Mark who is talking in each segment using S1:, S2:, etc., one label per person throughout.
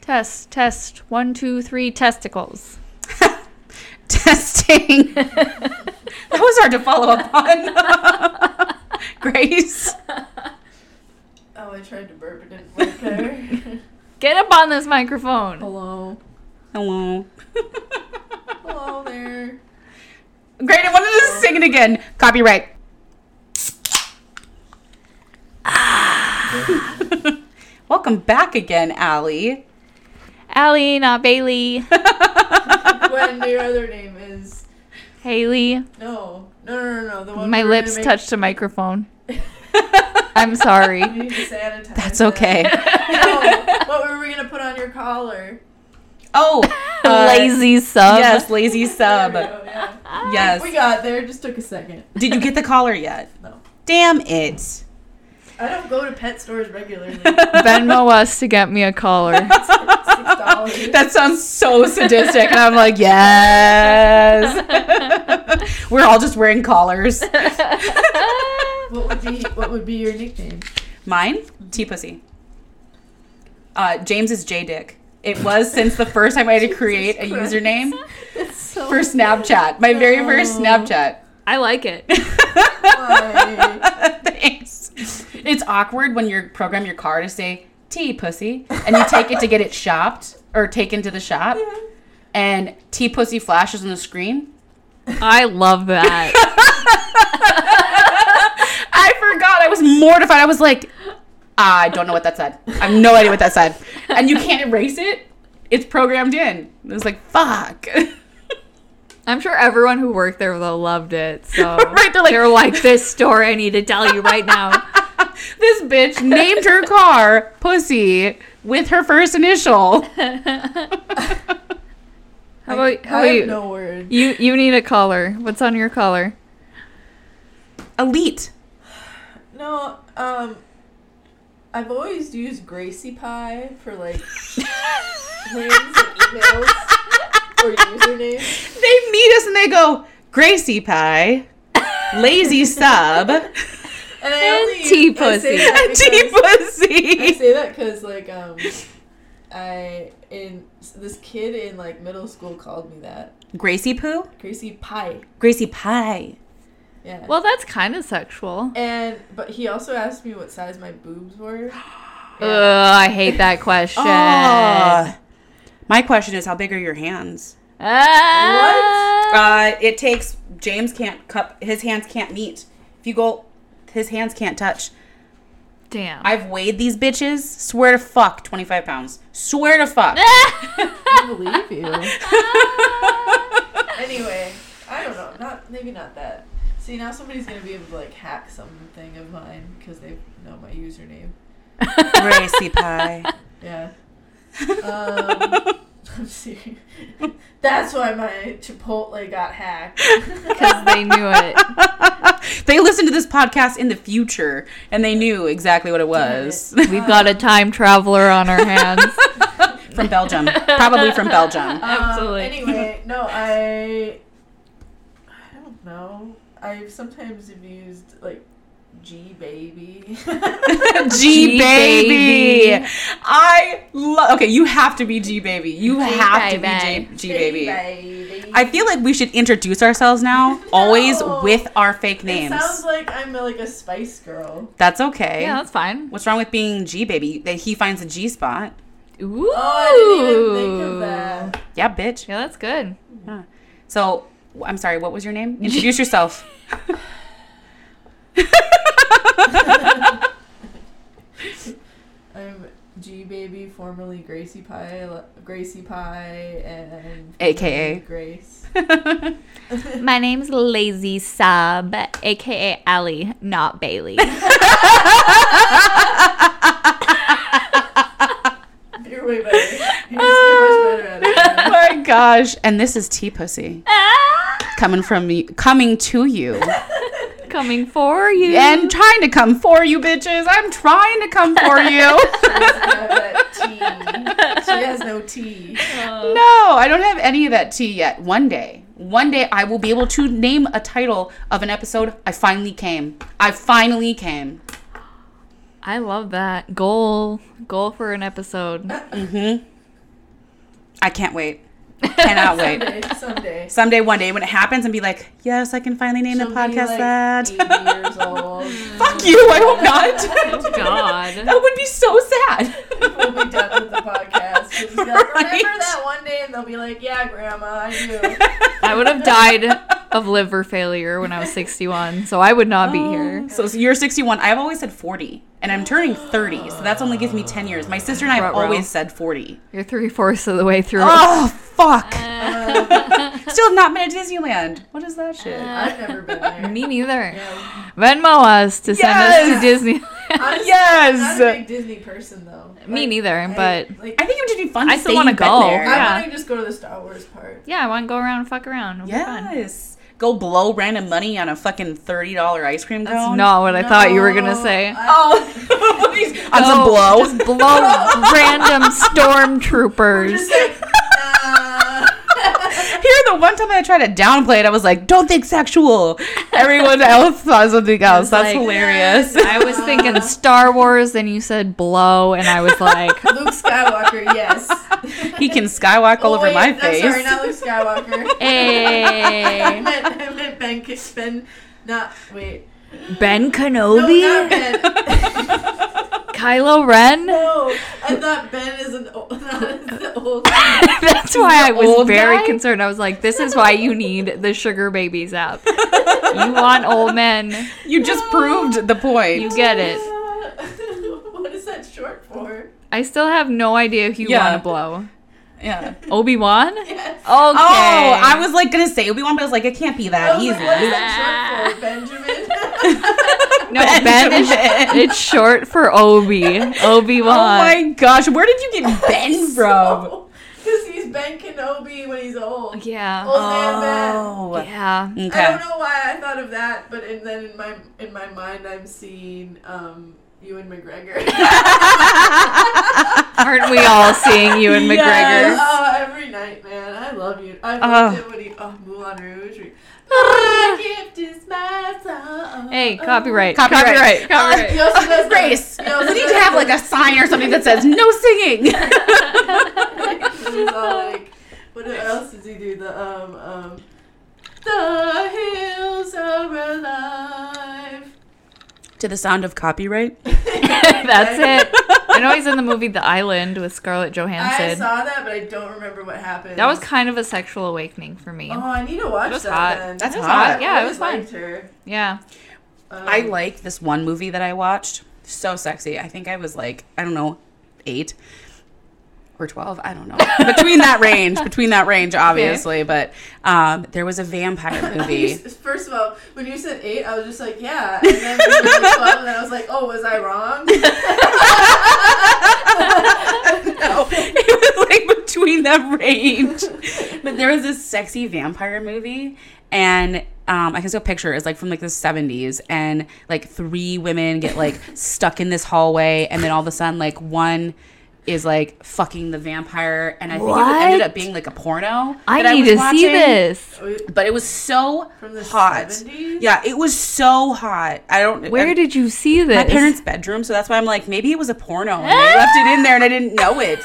S1: Test, test, one, two, three, testicles.
S2: Testing. that was hard to follow up on. Grace.
S3: Oh, I tried to burp. It didn't work there.
S1: Get up on this microphone.
S3: Hello.
S2: Hello.
S3: Hello there.
S2: Great, I wanted to sing it again. Copyright. Welcome back again, Allie.
S1: Allie, not Bailey.
S3: when your other name is
S1: Haley.
S3: no, no, no, no, no. The one
S1: My
S3: we were
S1: lips
S3: gonna
S1: touched a microphone. I'm sorry.
S3: Make, we need to sanitize.
S2: That's
S3: that.
S2: okay.
S3: no, what were we gonna put on your collar?
S2: Oh, uh,
S1: Lazy sub.
S2: Yes, lazy
S3: There we
S2: sub.
S3: go, yeah.
S2: Yes.
S3: We got there. Just took a second.
S2: Did you get the collar yet?
S3: No.
S2: Damn it.
S3: I don't go to pet stores regularly.
S1: Venmo us to get me a collar.
S3: Six dollars.
S2: That sounds so sadistic. And I'm like, yes. We're all just wearing collars.
S3: What would be what would be your nickname?
S2: Mine, T Pussy. Uh, James is J Dick. It was since the first time I had to create a
S3: Christ.
S2: username
S3: It's so
S2: for Snapchat. My very first
S3: Oh.
S2: Snapchat.
S1: I like it.
S3: funny.
S2: Thanks. It's awkward when you program your car to say T Pussy and you take it to get it shopped or taken to the shop and T Pussy flashes on the screen.
S1: I love that.
S2: I forgot. I was mortified. I was like, "Ah, I don't know what that said. I have no idea what that said. And you can't erase it. It's programmed in. It was like, fuck.
S1: I'm sure everyone who worked there though loved it. So
S2: Right, Oh. they're like-
S1: they're like this story I need to tell you right now.
S2: this bitch named her car Pussy with her first initial.
S1: How about how
S3: I
S1: about
S3: have
S1: you?
S3: no words.
S1: You you need a collar. What's on your collar?
S2: Elite.
S3: No, um, I've always used Gracie Pie for like names and emails or usernames.
S2: They meet us and they go, Gracie Pie, Lazy Sub,
S3: And I only
S1: And tea
S3: use- I
S1: pussy.
S3: say that
S2: T
S3: because- I
S2: Pussy.
S3: say that because like um, I in this kid in like middle school called me that
S2: Gracie Poo?
S3: Gracie Pie.
S2: Gracie Pie.
S3: Yeah.
S1: Well, that's kind of sexual.
S3: and but he also asked me what size my boobs were. Yeah.
S1: Ugh, I hate that question.
S2: Ah. my question is, how big are your hands?
S1: Ah.
S2: Uh, it takes James can't cup his hands can't meet. If you go, his hands can't touch.
S1: Damn.
S2: I've weighed these bitches. Swear to fuck, twenty five pounds. Swear to fuck.
S3: I believe you. anyway, I don't know. Not maybe not that. See now somebody's gonna be able to like hack something of mine because they know my username.
S2: Gracie pie.
S3: Yeah. Um, I'm serious. That's why my Chipotle got hacked.
S1: Because they knew it.
S2: they listened to this podcast in the future and they knew exactly what it was
S1: We've got a time traveler on our hands.
S2: from Belgium, probably from Belgium.
S3: Um,
S1: Absolutely.
S3: anyway, no, I. I don't know. I sometimes have used like G baby.
S2: G baby.
S1: G-Baby.
S2: I love. Okay, you have to be G baby. You have to
S1: G-Baby.
S2: be G baby.
S3: baby.
S2: I feel like we should introduce ourselves now, always
S3: No.
S2: with our fake
S3: It
S2: names.
S3: sounds like I'm uh, like a Spice Girl.
S2: That's okay.
S1: Yeah, that's fine.
S2: What's wrong with being G baby? That he finds a G spot.
S1: Ooh.
S3: Oh, I didn't even think of that.
S2: Yeah, bitch.
S1: Yeah, that's good.
S2: So I'm sorry. What was your name? Introduce yourself.
S3: I'm G Baby, formerly Gracie Pie, I lo- Gracie Pie, and
S2: AKA.
S3: Grace.
S1: My name's Lazy Sub, aka Allie, not Bailey.
S3: You're way better. You're so much better at
S2: oh my gosh. And this is T Pussy coming from me, coming to you,
S1: Coming for you.
S2: and trying to come for you, bitches. I'm trying to come for you.
S3: it. She doesn't have that tea. She has no tea.
S2: No, I don't have any of that tea yet. One day, one day I will be able to name a title of an episode. I finally came. I finally came.
S1: I love that. Goal. Goal for an episode.
S2: I can't wait. Cannot wait.
S3: Someday, someday.
S2: Someday, one day, when it happens, and be like, yes, I can finally name the
S3: She'll be,
S2: podcast
S3: like,
S2: that.
S3: 80 years old.
S2: Fuck you. I hope not.
S1: Oh, God.
S2: that would be so sad.
S3: We'll be done with the podcast. She'll just be like,
S2: Right.
S3: Remember that one day, and they'll be like, "Yeah, Grandma, I do."
S1: I would have died of liver failure when I was 61, so I would not
S2: Oh.
S1: be here.
S2: So so you're 61. I've always said 40, and I'm turning 30, so that's only gives me 10 years. My sister and I have
S1: Ruh-roh.
S2: always said 40.
S1: You're three fourths of the way through.
S2: Oh fuck!
S3: Um,
S2: Still have not been to Disneyland. What is that shit?
S3: I've never been there.
S1: Me neither.
S3: Yeah.
S1: Venmo us to send
S2: Yes!
S1: us to Disney.
S3: Honestly,
S2: Yes!
S3: I'm not a big Disney person though.
S1: Me
S3: Like,
S1: neither,
S3: I-
S1: but-
S3: like,
S2: I think it would just be fun. To
S1: I still
S2: say
S1: wanna
S2: you've been
S1: go.
S2: there.
S1: I-
S3: I
S1: yeah.
S3: want to just go to the Star Wars part.
S1: yeah, I want to go around and fuck around. It'll be fun.
S2: Yes. Go blow random money on a fucking thirty dollar ice cream
S1: That's
S2: cone.
S1: not what I thought you were gonna
S3: No,
S1: say.
S3: I-
S2: Oh, please. on
S1: Go
S2: some
S1: Just
S2: blow.
S1: blow random stormtroopers.
S3: Uh,
S2: Here, the one time I tried to downplay it, I was like, "Don't think sexual." Everyone else thought something else. That's
S1: like,
S2: hilarious.
S1: I was thinking Star Wars, and you said blow, and I was like,
S3: Luke Skywalker, yes.
S2: he can skywalk all
S3: Oh,
S2: over
S3: wait,
S2: my
S3: I'm
S2: face.
S3: sorry, not Luke Skywalker. I
S1: hey,
S3: meant, I meant Ben. K- Ben, not wait.
S1: Ben
S3: No,
S1: Kenobi?
S3: not Ben.
S1: Kylo Ren?
S3: no, I thought Ben is an old. Not the old.
S1: That's why I was
S2: old
S1: very
S2: guy?
S1: concerned. I was like, this is why you need the Sugar Babies app. You want old men.
S2: you just proved the point.
S1: You get it.
S3: what is that short for?
S1: I still have no idea who you
S2: Yeah.
S1: want to blow.
S2: yeah.
S1: Obi Wan? Okay.
S3: Yes.
S2: Oh, I was like gonna say Obi Wan, but I was like, it can't be
S3: I
S2: that
S3: was
S2: easy.
S3: like, what is that short for, Benjamin?
S1: no Ben. Is,
S2: Benjamin.
S1: it's short for Obi. Obi
S2: oh
S1: Wan.
S2: my gosh, where did you get Ben from?
S3: Because he's Ben Kenobi when he's old.
S1: yeah.
S3: Old man Ben.
S1: Oh. Yeah.
S2: Oh. Okay.
S3: I don't know why I thought of that, but and then in my in my mind I'm seeing um Ewan McGregor.
S1: Aren't we all seeing you and
S2: Yes.
S1: McGregor?
S3: oh, every night, man. I love you. I
S2: Oh.
S3: loved it when he oh Moulin Rouge. Or, My gift is my song.
S1: Hey, copyright.
S2: Copyright.
S1: Copyright. Copyright.
S3: He also does that.
S2: Grace,
S3: He also
S2: we need
S3: does
S2: to have like
S3: that.
S2: a sign or something that says no singing.
S3: He's all uh, like, what else does he do? The um um. The hills are alive.
S2: to the sound of copyright.
S1: That's it. I know he's in the movie The Island with Scarlett
S3: I
S1: Johansson.
S3: saw that, but I don't remember what happened.
S1: That was kind of a sexual awakening for me.
S3: Oh, I need to watch
S1: was
S3: that.
S1: hot.
S3: Then.
S2: That's
S1: It was
S2: hot.
S1: hot. Yeah, it
S3: I
S1: was
S3: really
S1: fun.
S3: liked her.
S1: Yeah.
S3: Um,
S2: I like this one movie that I watched. So sexy. I think I was like, I don't know, eight or 12. I don't know. between that range, between that range, obviously. But um, there was a vampire movie.
S3: First of all, when you said eight, I was just like, yeah. And then, when you said 12, and then I was like, oh, was I wrong?
S2: no, it was like between that range. But there was this sexy vampire movie, and um, I can still picture it. It's like from like the seventies, and like three women get like stuck in this hallway, and then all of a sudden, like one is like fucking the vampire, and I think it ended up being like a porno. that
S1: I need
S2: was
S1: to see
S2: watching.
S1: this.
S2: But it was so
S3: From the
S2: hot.
S3: 70s?
S2: Yeah, it was so hot. I don't.
S1: Where
S2: I-
S1: did you see this?
S2: my parents' bedroom? So that's why I'm like, maybe it was a porno. And they left it in there, and I didn't know it.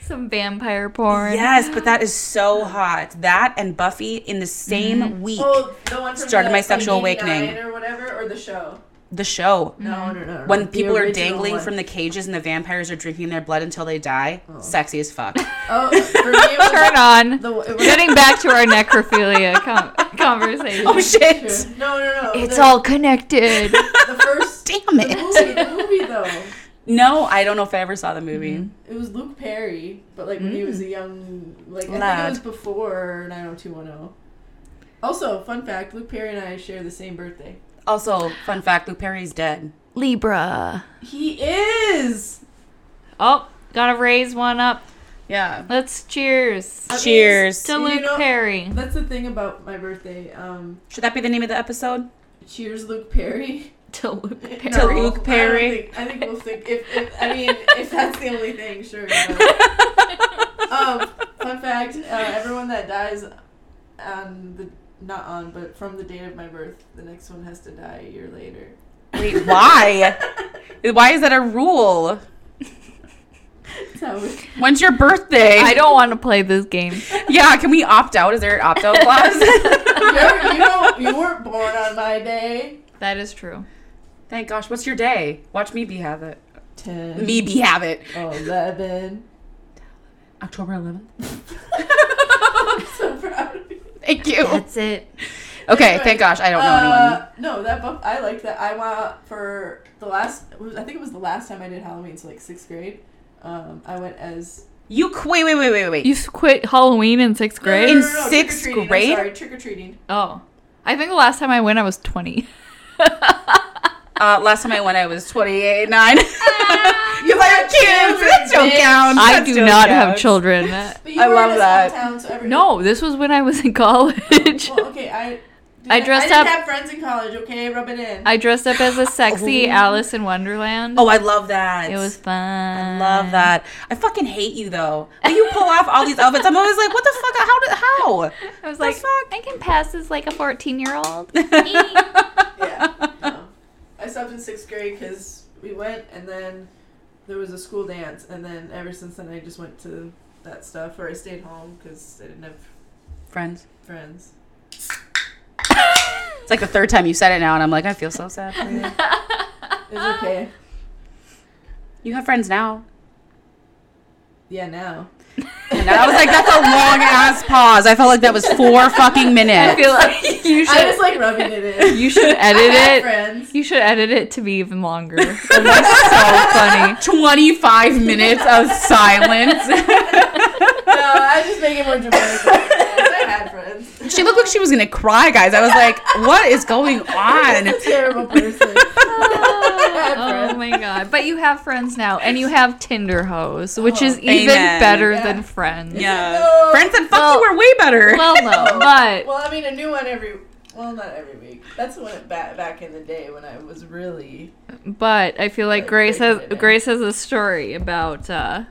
S1: Some vampire porn.
S2: Yes, but that is so hot. That and Buffy in the same week.
S3: Oh, the one from
S2: Started
S3: the,
S2: my sexual
S3: 89
S2: awakening.
S3: or whatever, or the show.
S2: The show.
S3: No, no, no. no.
S2: When
S3: Mm-hmm. The
S2: people are
S3: original
S2: dangling
S3: one.
S2: from the cages and the vampires are drinking their blood until they die, sexy as fuck.
S3: Oh, for me, it was
S1: Turn on.
S3: the it was-
S1: Getting back to our necrophilia com- conversation.
S2: oh shit!
S3: No, no, no.
S1: it's
S3: the,
S1: all connected.
S3: the first
S2: Damn
S3: the
S2: it!
S3: movie. The movie though,
S2: No, I don't know if I ever saw the movie.
S3: it was Luke Perry, but like when he was a young like I
S2: Mm. Lad.
S3: think it was before 90210. Also, fun fact: Luke Perry and I share the same birthday.
S2: Also, fun fact: Luke Perry's dead.
S1: Libra.
S3: He is.
S1: Oh, gotta raise one up.
S2: Yeah.
S1: Let's cheers
S3: I mean,
S2: Cheers.
S1: to
S3: You
S1: Luke
S3: know-
S1: Perry.
S3: That's the thing about my birthday. Um,
S2: Should that be the name of the episode?
S3: cheers, Luke Perry.
S1: To Luke Perry.
S2: To Luke
S3: I don't
S2: Perry.
S3: think- I think, we'll think. If, if I mean, if that's the only thing, sure. but- um, fun fact: uh, everyone that dies on the not on, but from the date of my birth, the next one has to die a year later.
S2: Wait, why? why is that a rule?
S3: So it
S2: When's your birthday?
S1: I don't want to play this game.
S2: yeah, can we opt out? Is there an opt out clause?
S3: You're, you don't. You weren't born on my day.
S1: That is true.
S2: Thank gosh. What's your day? Watch me be have it.
S3: Ten.
S2: Me be have it.
S3: Eleven.
S2: October 11th.
S3: I'm so proud of you.
S2: Thank you.
S1: That's it.
S2: Okay, thank gosh. I don't know anyone.
S3: Uh, no, that buff. I like that. I went for the last. it was- I think it was the last time I did Halloween, so like sixth grade. Um, I went as
S2: You qu- wait, wait, wait, wait, wait.
S1: You s- quit Halloween in sixth grade?
S2: In sixth
S3: trick-or-treating, I'm
S2: grade?
S3: sorry, trick or treating.
S1: oh. I think the last time I went, I was 20.
S2: Uh, last time I went, I was 28, 9. Because I have
S3: have
S2: kids. That don't
S3: children, bitch.
S2: count.
S1: I
S2: That
S1: do
S2: still
S1: not have
S2: counts.
S1: children.
S3: But you
S2: I
S3: were
S2: love
S3: in a small
S2: that.
S3: Town, so every-
S1: No, this was when I was in college.
S2: Oh,
S3: Well, okay, I.
S1: I dressed
S3: I didn't
S1: up-
S3: have friends in college. Okay, rub it in.
S1: I dressed up as a sexy
S2: Oh.
S1: Alice in Wonderland.
S2: Oh, I love that.
S1: It was fun.
S2: I love that. I fucking hate you though. But you pull off all these outfits. I'm always like, what the fuck? How did how?
S1: I was
S2: The
S1: like,
S2: fuck?
S1: I can pass as like a 14 year old.
S3: yeah. No. I stopped in sixth grade because we went, and then there was a school dance, and then ever since then I just went to that stuff, or I stayed home because I didn't have
S2: Friends.
S3: friends.
S2: It's like the third time you said it now, and I'm like, I feel so sad for you.
S3: It's okay.
S2: You have friends now.
S3: Yeah, now.
S2: And I was like, that's a long ass pause. I felt like that was four fucking
S1: I
S2: minutes.
S1: feel like you
S3: I was
S1: should
S3: like rubbing it in.
S1: you should
S3: I had
S1: edit it.
S3: friends.
S1: You should edit it to be even longer. That's so funny.
S2: 25 minutes of silence.
S3: No, I just make it more dramatic. than it was. I had friends.
S2: she looked like she was gonna cry, guys. I was like, what is going on?
S3: I'm a terrible person.
S1: oh my god! But you have friends now, and you have Tinder hoes, which is
S2: Oh,
S1: even
S2: amen.
S1: better
S3: Yeah.
S1: than friends.
S2: Yeah. Friends and fuck
S1: Well-
S2: you were way better.
S1: Well, no, but
S3: Well, I mean, a new one every. Well, not every week. That's when it back back in the day when I was really.
S1: but I feel like
S3: Like,
S1: Grace has
S3: breaking it in.
S1: Grace has a story about uh,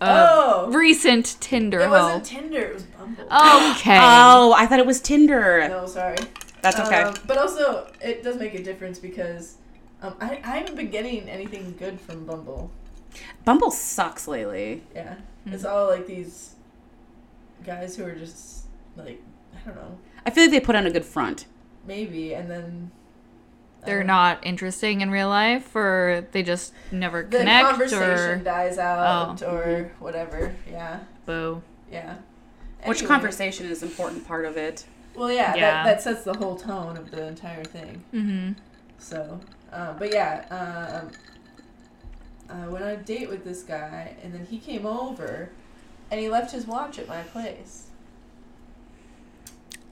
S1: a
S3: Oh,
S1: recent Tinder
S3: it
S1: hoe.
S3: wasn't Tinder. It was Bumble.
S1: Okay.
S2: Oh, I thought it was Tinder.
S3: No, sorry.
S2: That's okay.
S3: Um, but also, it does make a difference because um, I, I haven't been getting anything good from Bumble.
S2: Bumble sucks lately.
S3: Yeah.
S1: Hmm.
S3: It's all like these guys who are just like, I don't know,
S2: I feel like they put on a good front.
S3: maybe, and then. um, I
S1: They're
S3: don't
S1: not interesting in real life, or they just never
S3: know. The
S1: connect,
S3: conversation
S1: or Oh, mm-hmm.
S3: dies out or whatever. Yeah.
S1: boo.
S3: Yeah.
S2: Which
S3: Anyway.
S2: conversation is important part of it?
S3: Well, yeah,
S1: Yeah.
S3: That, that sets the whole tone of the entire thing.
S1: Mm-hmm.
S3: So, uh, but yeah, um, uh, I went on a date with this guy, and then he came over, and he left his watch at my place.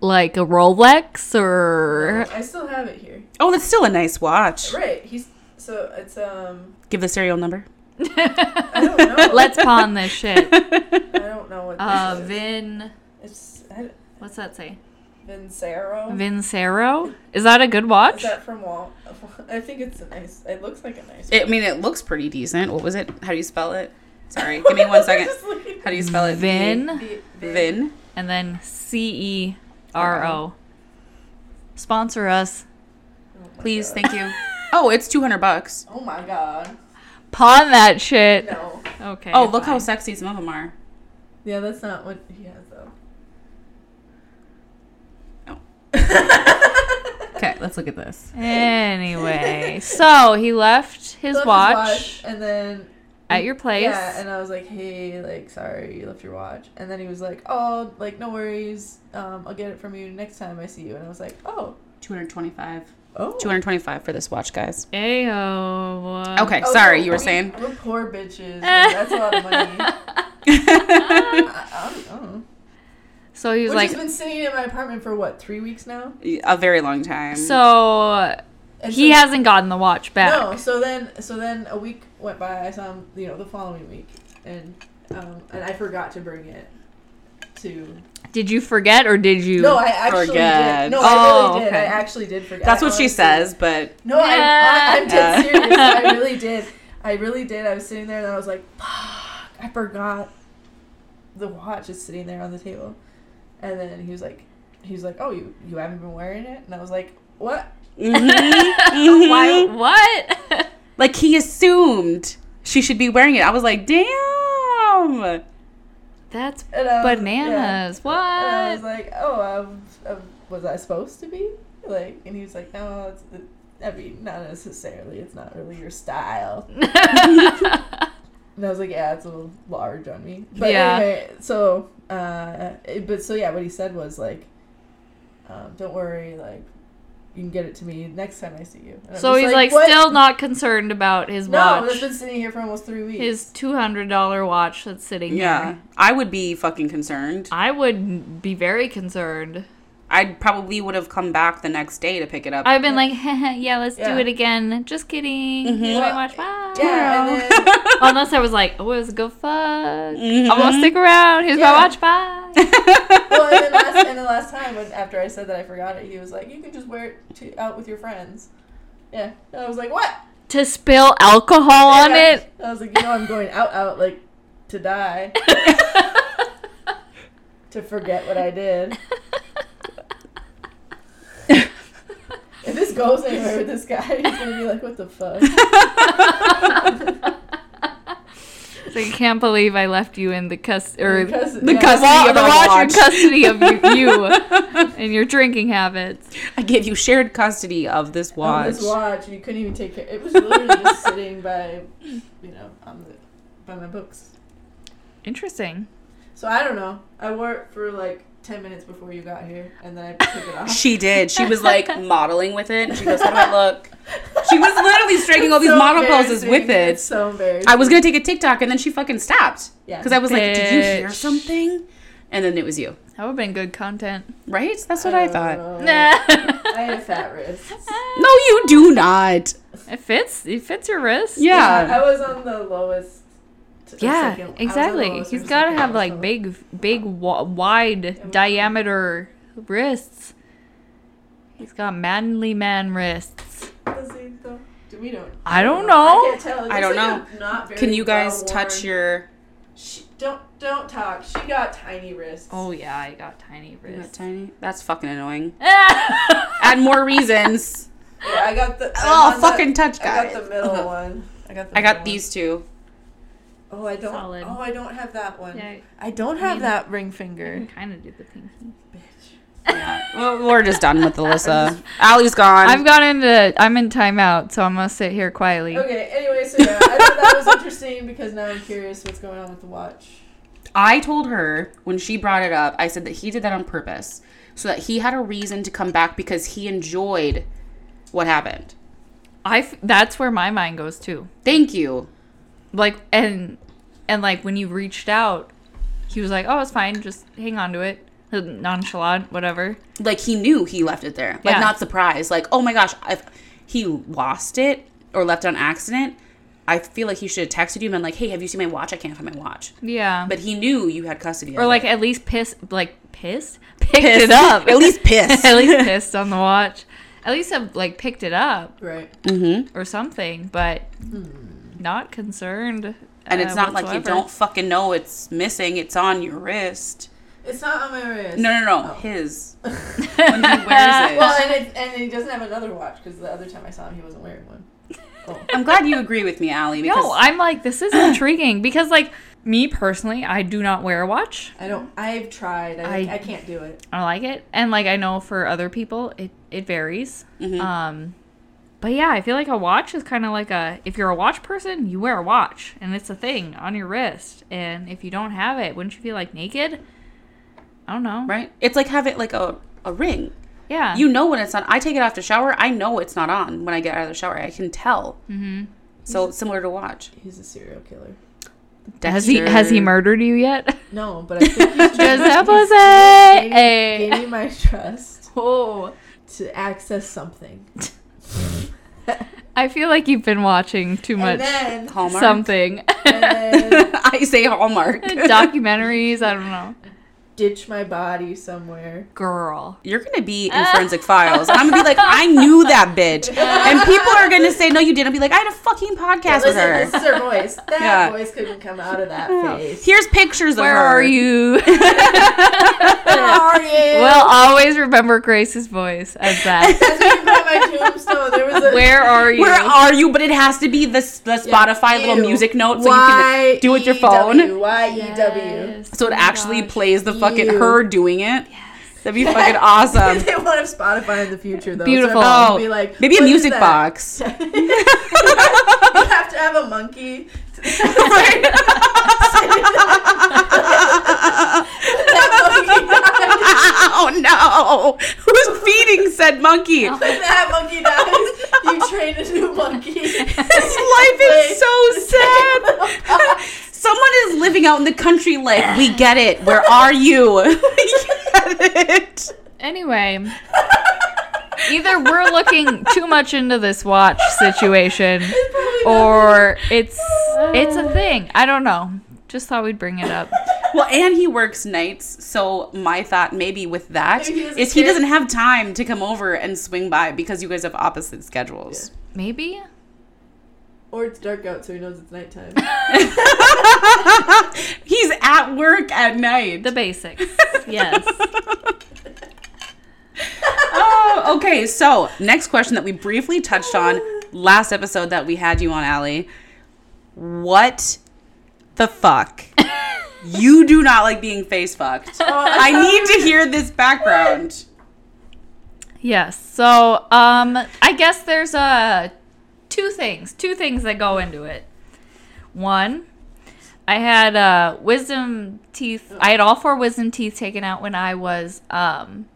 S1: Like a Rolex, or
S3: I still have it here.
S2: Oh, that's still a nice watch.
S3: Right. He's so it's um.
S2: Give the serial number.
S3: I don't know.
S1: let's pawn this shit.
S3: I don't know what this
S1: Uh,
S3: is.
S1: Vin,
S3: It's I,
S1: what's that say?
S3: Vincero.
S1: Vincero? Is that a good watch?
S3: Is that from Walt? I think it's a nice. It looks like a nice.
S2: It, I mean, it looks pretty decent. What was it? How do you spell it? Sorry, give me one second.
S3: Just looking-
S2: How do you spell it?
S1: Vin,
S3: Vin.
S2: Vin.
S1: and then C E R O. Sponsor us,
S3: Oh my
S2: Please,
S3: God.
S2: thank you. Oh, it's two hundred bucks.
S3: Oh my god.
S1: pawn that shit.
S3: No.
S1: Okay.
S2: Oh, look how
S1: fine.
S2: sexy some of them are.
S3: Yeah, that's not what he has though.
S2: Okay, let's look at this.
S1: Anyway, so he left his
S3: Left
S1: watch,
S3: and then
S1: at your place.
S3: yeah, and I was like, hey, like, sorry, you left your watch. And then he was like, oh, like, no worries, um, I'll get it from you next time I see you. And I was like, oh,
S2: Two hundred twenty-five.
S3: oh.
S2: Two hundred twenty-five for this watch, guys.
S1: Ayo.
S2: Okay,
S3: Oh,
S2: sorry,
S3: no,
S2: you were
S3: we-
S2: saying.
S3: we're poor bitches. and That's a lot of money. I, I don't know.
S1: So he was
S3: Which
S1: like,
S3: has been sitting in my apartment for what three weeks now.
S2: a very long time.
S1: so
S3: And
S1: he
S3: so-
S1: hasn't gotten the watch back.
S3: No, so then so then a week went by. I saw him, you know, the following week, and um, and I forgot to bring it to.
S1: Did you forget or did you?
S3: No, I actually
S2: Forget.
S3: did. No,
S1: Oh,
S3: I really did.
S1: okay.
S3: I actually did forget.
S2: That's
S3: I
S2: what she
S3: honestly-
S2: says, but
S3: No, I, I, I'm
S2: Yeah.
S3: dead serious. I really did. I really did. I was sitting there and I was like, fuck, I forgot the watch is sitting there on the table. And then he was like, he was like, oh, you, you haven't been wearing it? And I was like, what?
S1: Why? What?
S2: mm-hmm, like he assumed she should be wearing it. I was like, damn. dumb.
S1: That's
S3: And I was-
S1: bananas.
S3: yeah. And Um, Uh, I
S1: What?
S3: was like, oh, um, um, was I supposed to be like? And he was like, no, it's, it, I mean, not necessarily. It's not really your style. And I was like, yeah, it's a little large on me. But
S1: Yeah.
S3: anyway, so, uh, it- but so yeah, what he said was like, um, don't worry, like, you can get it to me next time I see you. And I'm
S1: so
S3: just
S1: he's like,
S3: "What?"
S1: still not concerned about his
S3: No, it's
S1: watch.
S3: been sitting here for almost three weeks.
S1: His two hundred dollar watch that's sitting
S2: Yeah,
S1: there.
S2: I would be fucking concerned.
S1: I would be very concerned.
S2: I probably would have come back the next day to pick it up.
S1: I've been like, "Heh heh, yeah, let's
S3: Yeah.
S1: do it again. Just kidding.
S2: Mm-hmm.
S1: Here's my
S3: Well,
S1: watch. Bye.
S3: yeah, and then
S1: Unless I was like, oh, it's go fuck. I'm
S2: Mhm.
S1: gonna stick around. Here's
S3: Yeah.
S1: my watch. Bye.
S3: well, and, then last, and the last time when after I said that I forgot it, he was like, "You can just wear it to, out with your friends." Yeah, and I was like, "What?"
S1: to spill alcohol on
S3: Yeah.
S1: it.
S3: I was like, "You know, I'm going out, out like to die, to forget what I did." if this goes anywhere with this guy, he's gonna be like, "What the fuck?"
S1: So you can't believe I left you in the cus or
S3: Because-
S1: the
S3: yeah.
S1: custody
S2: Wa-
S1: of
S2: the
S1: the watch,
S2: watch.
S1: in custody of you, you and your drinking habits.
S2: I gave you shared custody of this
S3: On
S2: watch.
S3: This watch, you couldn't even take care. It was literally just sitting by, you know, on the by my books.
S1: Interesting.
S3: So I don't know. I wore it for like ten minutes before you got here, and then I took it off.
S2: She did. She was like modeling with it. And she goes, How do I look? She was literally striking all these
S3: So
S2: model poses
S3: embarrassing.
S2: with
S3: It's
S2: it.
S3: so embarrassing.
S2: I was going to take a TikTok and then she fucking stopped.
S3: Yeah.
S2: Because I was like, Did you hear
S1: Bitch.
S2: something? And then it was you.
S1: That would have been good content.
S2: Right? That's what I
S3: don't
S2: thought.
S3: know. I
S1: it
S3: have fat wrists.
S2: No, you do not.
S1: fits. It fits your wrist.
S2: Yeah.
S3: I was on the lowest. t-
S1: Yeah,
S3: second- I was on the
S1: exactly.
S3: lowest
S1: He's
S3: or
S1: got to
S3: second
S1: have
S3: lowest
S1: like
S3: level.
S1: big, big, wa- wide diameter wrists. He's got manly man wrists.
S3: Does he, though? Do we don't?
S1: I don't
S3: I
S1: know.
S3: can't tell. It
S2: I
S3: looks
S2: don't
S3: like a not very
S2: Can you guys
S3: well-worn-
S2: touch your.
S3: She, don't don't talk. She got tiny wrists.
S1: Oh yeah, I got tiny
S2: Is that
S1: wrists.
S2: tiny? That's fucking annoying.
S1: Ah!
S2: Add more reasons.
S3: Yeah, I got the. I'm
S2: Oh,
S3: on the-
S2: fucking touch,
S3: I
S2: guys.
S3: got the middle one. I got the.
S2: I
S3: middle
S2: got
S3: one.
S2: these two.
S3: Oh, I don't.
S1: Solid.
S3: Oh, I don't have that one.
S1: Yeah,
S3: I don't have that ring finger.
S1: you kind of do the pinky.
S2: Well, We're just done with Alyssa. Allie's gone.
S1: I've gone into. I'm in timeout, so I'm gonna sit here quietly.
S3: Okay. Anyway, so yeah, I thought that was interesting because now I'm curious what's going on with the watch.
S2: I told her when she brought it up, I said that he did that on purpose so that he had a reason to come back because he enjoyed what happened.
S1: I. F- that's where my mind goes too.
S2: Thank you.
S1: Like and and like when you reached out, he was like, "Oh, it's fine. Just hang on to it." Nonchalant, whatever.
S2: Like he knew he left it there. Like
S1: Yeah.
S2: not surprised. Like, oh my gosh, if he lost it or left it on accident, I feel like he should have texted you and been like, Hey, have you seen my watch? I can't find my watch.
S1: Yeah.
S2: But he knew you had custody of
S1: or like
S2: it.
S1: at least piss, like pissed, picked
S2: Pissed.
S1: it up.
S2: At least pissed.
S1: at least pissed on the watch. At least have like picked it up
S3: Right.
S2: mm-hmm.
S1: or something, but not concerned.
S2: Hmm. And it's
S1: uh,
S2: not like you
S1: whatsoever.
S2: don't fucking know it's missing, it's on your wrist.
S3: It's not on my wrist.
S2: No no no.
S3: Oh.
S2: His. when he wears it.
S3: Well, and it, and he doesn't have another watch because the other time I saw him, he wasn't wearing one.
S2: I'm glad you agree with me, Allie, because
S1: No, I'm like this is intriguing because like me personally, I do not wear a watch.
S3: I don't. I've tried. I,
S1: I-
S3: I, can't do it.
S1: I don't like it, and like I know for other people, it it varies. Um, but yeah, I feel like a watch is kind of like a if you're a watch person, you wear a watch, and it's a thing on your wrist. And if you don't have it, wouldn't you feel like naked? I don't know.
S2: right? It's like having like a, a ring.
S1: Yeah.
S2: You know when it's not. I take it off to shower. I know it's not on when I get out of the shower. I can tell. Mm-hmm. So it's similar to watch.
S3: He's a serial killer.
S1: has he has he
S2: Dexter.
S1: murdered you yet?
S3: No, but I think he's
S1: Does
S3: trying
S1: that
S3: to
S1: was
S3: gain-
S1: a
S3: gaining my trust
S1: oh.
S3: to access something.
S1: I feel like you've been watching too
S3: And
S1: much
S3: then,
S2: Hallmark.
S1: something
S3: and then
S2: I say Hallmark.
S1: documentaries. I don't know.
S3: ditch my body somewhere.
S1: Girl.
S2: You're gonna be in forensic files. I'm gonna be like, I knew that bitch, and people are gonna say, No, you didn't. I'll be like, I had a fucking podcast with
S3: Listen,
S2: her.
S3: this is her voice. That
S2: Yeah.
S3: voice couldn't come out of that
S2: Yeah.
S3: face.
S2: Here's pictures of
S1: Where
S2: her.
S1: are you?
S3: Where are you?
S1: we'll always remember Grace's voice as that.
S3: That's what you put on my tombstone. There was a
S1: Where are you?
S2: Where are you? But it has to be the, the Spotify little
S3: Ew.
S2: music note so you can do it with your phone.
S1: E
S3: Y-E-W, Y-E-W.
S1: Yes.
S2: So
S1: Oh
S2: it
S1: my
S2: actually
S1: gosh.
S2: plays the fucking
S3: Ew.
S2: her doing it. That'd be fucking awesome.
S3: they won't have Spotify in the future though.
S1: Beautiful.
S3: So everyone will
S2: Oh,
S3: be like,
S2: Maybe a
S3: "What is
S2: music
S3: that?"
S2: box.
S3: You have to have a monkey. that
S2: oh no! Who's feeding said monkey? His
S3: monkey dies. You train a new monkey.
S2: life is so sad. Someone is living out in the country, like we get it. Where are you? we get it.
S1: Anyway, either we're looking too much into this watch situation, or it's it's a thing. I don't know. Just thought we'd bring it up.
S2: Well, and he works nights, so my thought maybe with that
S3: Maybe he doesn't
S2: is he
S3: care.
S2: doesn't have time to come over and swing by because you guys have opposite schedules.
S1: Maybe.
S3: Or it's dark out, so he knows it's nighttime.
S2: He's at work at night.
S1: The basics. Yes.
S2: oh, okay. So, next question that we briefly touched on last episode that we had you on, Allie. What the fuck? you do not like being face fucked.
S3: Oh,
S2: I need to hear this background.
S1: Yes. So, um, I guess there's uh, two things, two things that go into it. One, I had uh, wisdom teeth. I had all four wisdom teeth taken out when I was um,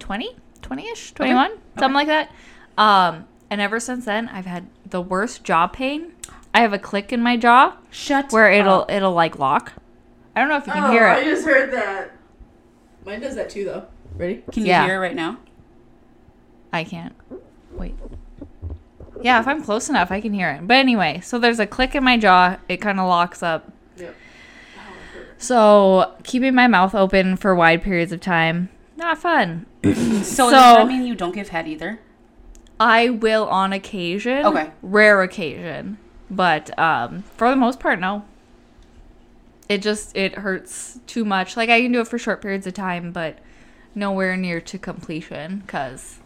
S1: 20, 20-ish, 21, something like that. Um, and ever since then, I've had the worst jaw pain. I have a click in my jaw
S2: Shut
S1: where it'll it'll like lock. I don't know if you can
S3: oh,
S1: hear
S3: I
S1: it.
S3: just heard that. Mine does that too, though. Ready?
S2: Can you
S1: Yeah.
S2: hear right now?
S1: I can't. Wait. Yeah, if I'm close enough, I can hear it. But anyway, so there's a click in my jaw. It kind of locks up.
S3: Yep.
S1: So keeping my mouth open for wide periods of time, not fun.
S2: So,
S1: So-
S2: does that mean you don't give head either?
S1: I will on occasion.
S2: Okay.
S1: Rare occasion, but um, for the most part, no. It just it hurts too much. Like I can do it for short periods of time, but nowhere near to completion because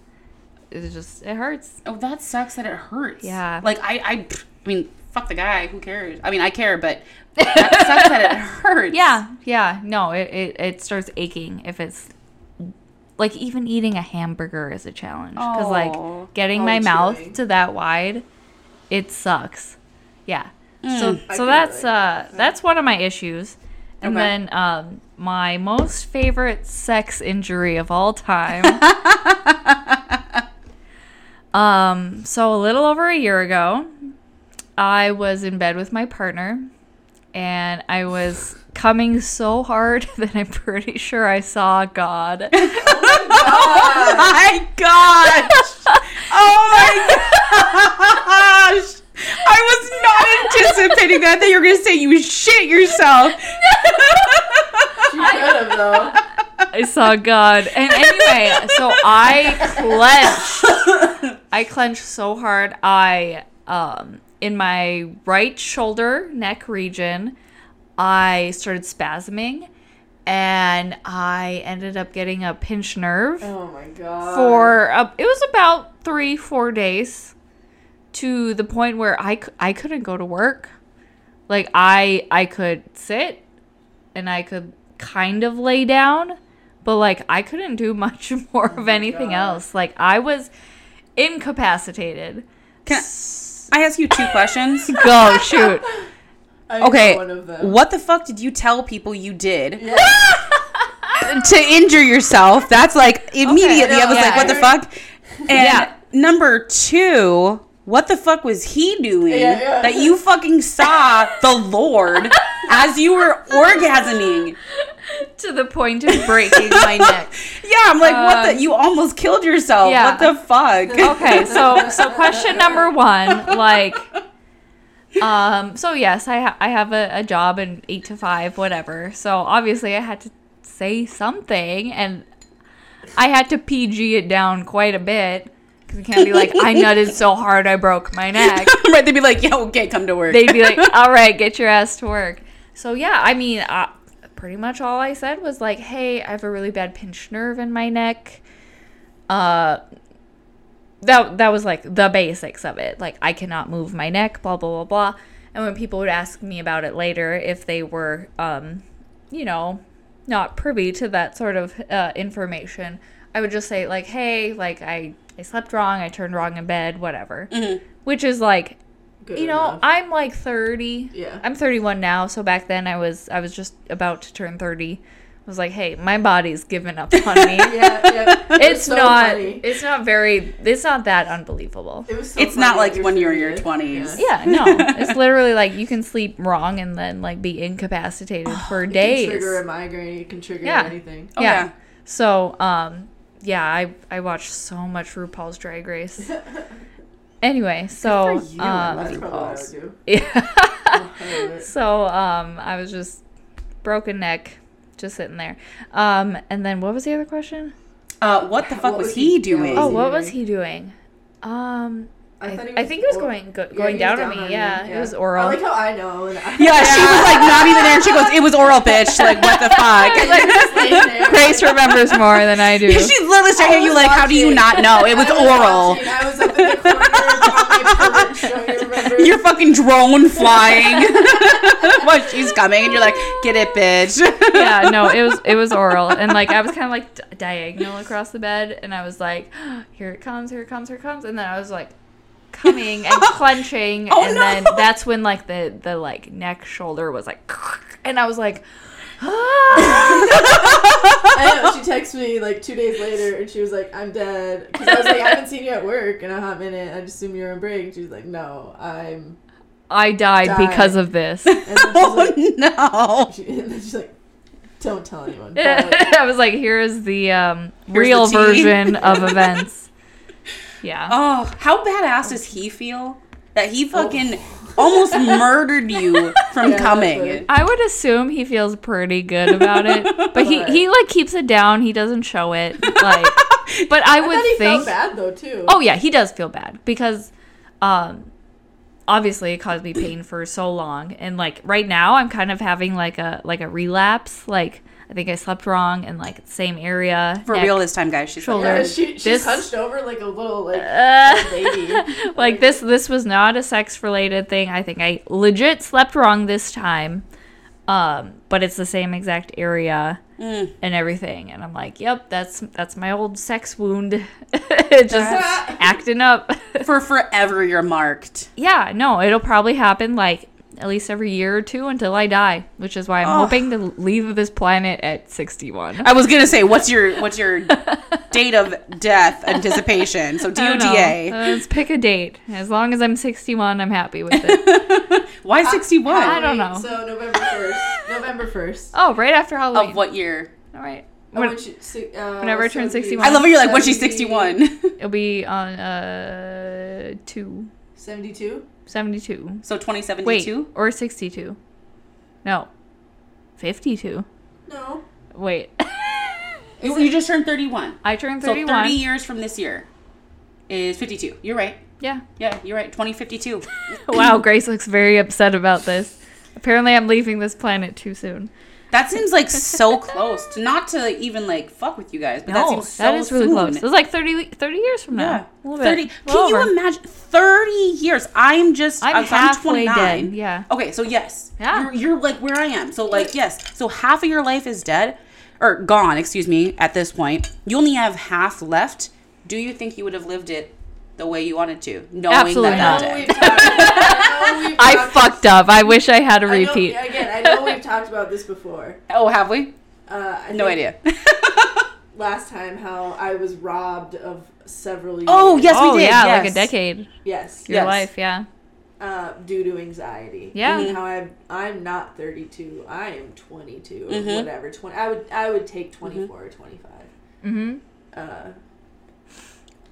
S1: it just it hurts.
S2: Oh, that sucks that it hurts.
S1: Yeah.
S2: Like I, I, I mean, fuck the guy. Who cares? I mean, I care, but that sucks that it hurts.
S1: Yeah, yeah. No, it, it, it starts aching if it's like even eating a hamburger is a challenge because
S2: Oh.
S1: like getting
S3: Oh,
S1: my
S3: chewing.
S1: mouth to that wide, it sucks. Yeah. So
S3: I
S1: so
S3: can
S1: that's
S3: relate.
S1: uh that's one of my issues. And
S2: Okay.
S1: then um my most favorite sex injury of all time. um so a little over a year ago, I was in bed with my partner and I was coming so hard that I'm pretty sure I saw God.
S2: Oh my gosh! Oh my gosh! I was not anticipating that that you were gonna say you shit yourself.
S3: She could have, though.
S1: I saw God. And anyway, so I clenched. I clenched so hard. I um in my right shoulder neck region, I started spasming and I ended up getting a pinched nerve
S3: Oh my god.
S1: for uh, it was about three four days to the point where I, c- I couldn't go to work like i i could sit and i could kind of lay down but like i couldn't do much more of anything
S3: God.
S1: else like i was incapacitated
S2: Can I ask you two questions?
S1: go shoot
S3: I know
S2: Okay,
S3: One of them.
S2: what the fuck did you tell people you did to injure yourself? That's like immediately. I
S1: no,
S2: was
S1: yeah,
S2: like, what the
S3: I
S2: fuck? And
S1: Yeah.
S2: number two, what the fuck was he doing
S3: Yeah, yeah.
S2: that you fucking saw the Lord as you were orgasming?
S1: to the point of breaking my neck
S2: Yeah, I'm like, what
S1: Um,
S2: the? You almost killed yourself.
S1: yeah.
S2: What the fuck?
S1: okay so so question number one like um so yes i ha- i have a, a job and eight to five whatever so obviously i had to say something and i had to pg it down quite a bit because you can't be like i nutted so hard i broke my neck
S2: right? They'd be like, yeah, okay, come to work.
S1: they'd be like, "All right, get your ass to work." So yeah, I mean, uh, pretty much all I said was like, "Hey, I have a really bad pinched nerve in my neck. Uh, that that was like the basics of it. Like I cannot move my neck, blah blah blah blah. And when people would ask me about it later, if they were, um, you know, not privy to that sort of uh, information, I would just say like, "Hey, like I I slept wrong, I turned wrong in bed, whatever," which is like
S3: Good
S1: you know
S3: enough.
S1: i'm like 30
S3: Yeah.
S1: i'm 31 now so back then i was i was just about to turn 30 i was like hey my body's given up on me
S3: yeah, yeah.
S1: it's
S3: so
S1: not
S3: funny.
S1: it's not very it's not that unbelievable
S3: It was so
S2: It's not
S3: funny
S2: like
S3: that
S2: when you're in
S3: you're
S2: your
S3: 30.
S2: 20s.
S1: yeah no it's literally like you can sleep wrong and then like be incapacitated for
S3: It
S1: days
S3: can trigger a migraine. It can trigger
S1: Yeah.
S3: anything.
S2: Oh,
S1: yeah.
S2: yeah.
S1: So, um, yeah, I I watched so much RuPaul's Drag Race. anyway, so
S2: Good for you. I love
S1: um,
S3: That's
S2: you,
S3: probably what I
S2: Pauls.
S3: would do.
S1: yeah.
S3: I love it.
S1: so um, I was just broken neck, just sitting there. Um, and then what was the other question?
S2: Uh, what the fuck
S3: What
S2: was
S3: was
S2: he,
S3: he
S2: doing?
S3: doing?
S1: Oh,
S3: he
S1: what was
S3: doing?
S1: he doing? Um, I,
S3: thought
S1: I think he was
S3: or-
S1: going go,
S3: Yeah,
S1: going
S3: he
S1: down,
S3: was
S1: on me. Yeah, it was oral.
S3: I like how I know. And I
S2: Yeah, she was like not even there. and She goes, "It was oral, bitch." Like, what the fuck?
S3: Just laying there.
S1: Grace remembers more than I do.
S2: She's literally staring
S3: I
S2: at you
S3: was
S2: like, "How do you not
S3: watching.
S2: know? It was
S3: I
S2: oral."
S3: watching. I was up in the corner on my perch, don't you remember?
S2: Your fucking drone flying while she's coming, and you're like, "Get it, bitch."
S1: yeah, no, it was it was oral, and like I was kind of like d- diagonal across the bed, and I was like, here it comes, here it comes, here it comes, and then I was like coming and clenching,
S2: Oh,
S1: and
S2: no.
S1: then that's when like the the like neck shoulder was like, and I was like, ah.
S3: I know. She texted me like two days later, and she was like, "I'm dead." Because I was like, "I haven't seen you at work in a hot minute. I just assume you're on break." She was like, "No, I'm."
S1: I died
S3: Died.
S1: because of this.
S3: And then she's
S2: Oh
S3: like,
S2: no!
S3: she, and then she's like, "Don't tell anyone." But
S1: I was like, here is the um,
S2: the
S1: real
S2: tea.
S1: version of events. Yeah.
S2: Oh, how badass does he feel that he fucking
S1: Oh.
S2: almost murdered you from
S3: Yeah, that's
S2: coming?
S3: right.
S1: I would assume he feels pretty good about it, but he
S3: But-
S1: he like keeps it down. He doesn't show it. Like, but I
S3: I thought
S1: would
S3: he
S1: think.
S3: felt bad though too.
S1: Oh yeah, he does feel bad because, um, obviously it caused me pain for so long, and like right now I'm kind of having like a like a relapse. Like I think I slept wrong and like same area.
S2: For
S1: neck.
S2: real this time, guys. She's like,
S1: Shoulder.
S3: Yeah, she she's
S1: This-
S3: hunched over like a little like
S1: Uh,
S3: little baby.
S1: like this this was not a sex related thing i think i legit slept wrong this time um but it's the same exact area
S2: Mm.
S1: and everything and i'm like yep that's that's my old sex wound just acting up
S2: for forever, you're marked.
S1: yeah no it'll probably happen like at least every year or two until i die which is why i'm
S2: Ugh.
S1: hoping to leave this planet at 61
S2: I was gonna say, what's your what's your date of death anticipation? So
S1: I don't know. Uh,
S2: DODA.
S1: let's pick a date. As long as I'm 61, I'm happy with it.
S2: Why sixty
S1: Uh, I
S2: one?
S1: don't know.
S3: Wait, So November first. November first.
S1: Oh, right after Halloween.
S2: Of what Oh, year?
S1: All right. When-
S3: When, she, si- uh,
S1: whenever I
S3: so
S1: turn
S3: it'd be
S1: 61.
S2: I love how you're like, when she's
S3: 70
S2: sixty one.
S1: It'll be on uh two.
S3: 72?
S1: 72.
S2: So twenty seventy
S1: Wait,
S2: two.
S1: or 62. No. 52.
S3: No.
S1: Wait.
S2: You you just turned thirty one.
S1: I turned
S2: So
S1: 31.
S2: thirty years from this year is fifty two. You're right.
S1: Yeah.
S2: Yeah, you're right. Twenty fifty two.
S1: Wow, Grace looks very upset about this. Apparently I'm leaving this planet too soon.
S2: That seems like so close. To, not to even like fuck with you guys, but that seems so
S1: that is really
S2: soon.
S1: close. It's like 30 30 years from
S2: Yeah,
S1: now. A little bit.
S2: thirty.
S1: A little
S2: Can you
S1: over.
S2: imagine thirty years? I'm just.
S1: I'm
S2: I'm,
S1: halfway
S2: 29.
S1: dead, yeah.
S2: Okay, so yes.
S1: Yeah.
S2: You're, you're like where I am. So like yes. So half of your life is dead, or gone. Excuse me. At this point, you only have half left. Do you think you would have lived it the way you wanted to, knowing
S1: Absolutely not.
S2: that, that
S3: I know
S2: day?
S3: we've talked- I know we've
S1: I
S3: talked-
S1: fucked up. I wish I had a
S3: I know-
S1: repeat.
S3: again, I know we've talked about this before.
S2: Oh, have we?
S3: Uh, I
S2: No
S3: think
S2: idea.
S3: Last time, how I was robbed of several years.
S2: Oh yes,
S1: oh
S2: we did.
S1: yeah, like
S2: yes.
S1: a decade.
S3: Yes.
S1: Your
S2: Yes.
S1: life, yeah.
S3: Uh, due to anxiety.
S1: Yeah.
S3: And how I'm I'm not 32. I am 22 or
S2: Mm-hmm.
S3: whatever. 20. I would I would take 24 or 25.
S1: Mhm.
S3: Uh,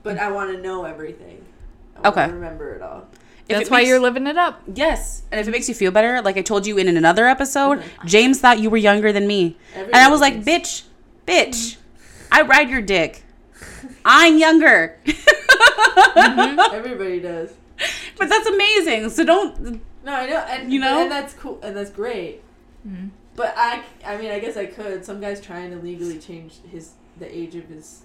S3: but I want to know everything. I want
S2: Okay.
S3: To remember it all.
S2: If it
S1: That's why
S2: makes-
S1: you're living it up.
S2: Yes. And if it makes you feel better, like I told you in another episode,
S1: Mm-hmm.
S2: James thought you were younger than me. and I was like,
S3: Everybody
S2: bitch, bitch, I ride your dick. I'm younger.
S3: Everybody does.
S2: but that's amazing. So don't.
S3: No, I know, and
S2: You
S3: you
S2: know?
S3: know, and that's cool, and that's great.
S1: Mm-hmm.
S3: But I, I mean, I guess I could. Some guy's trying to legally change his the age of his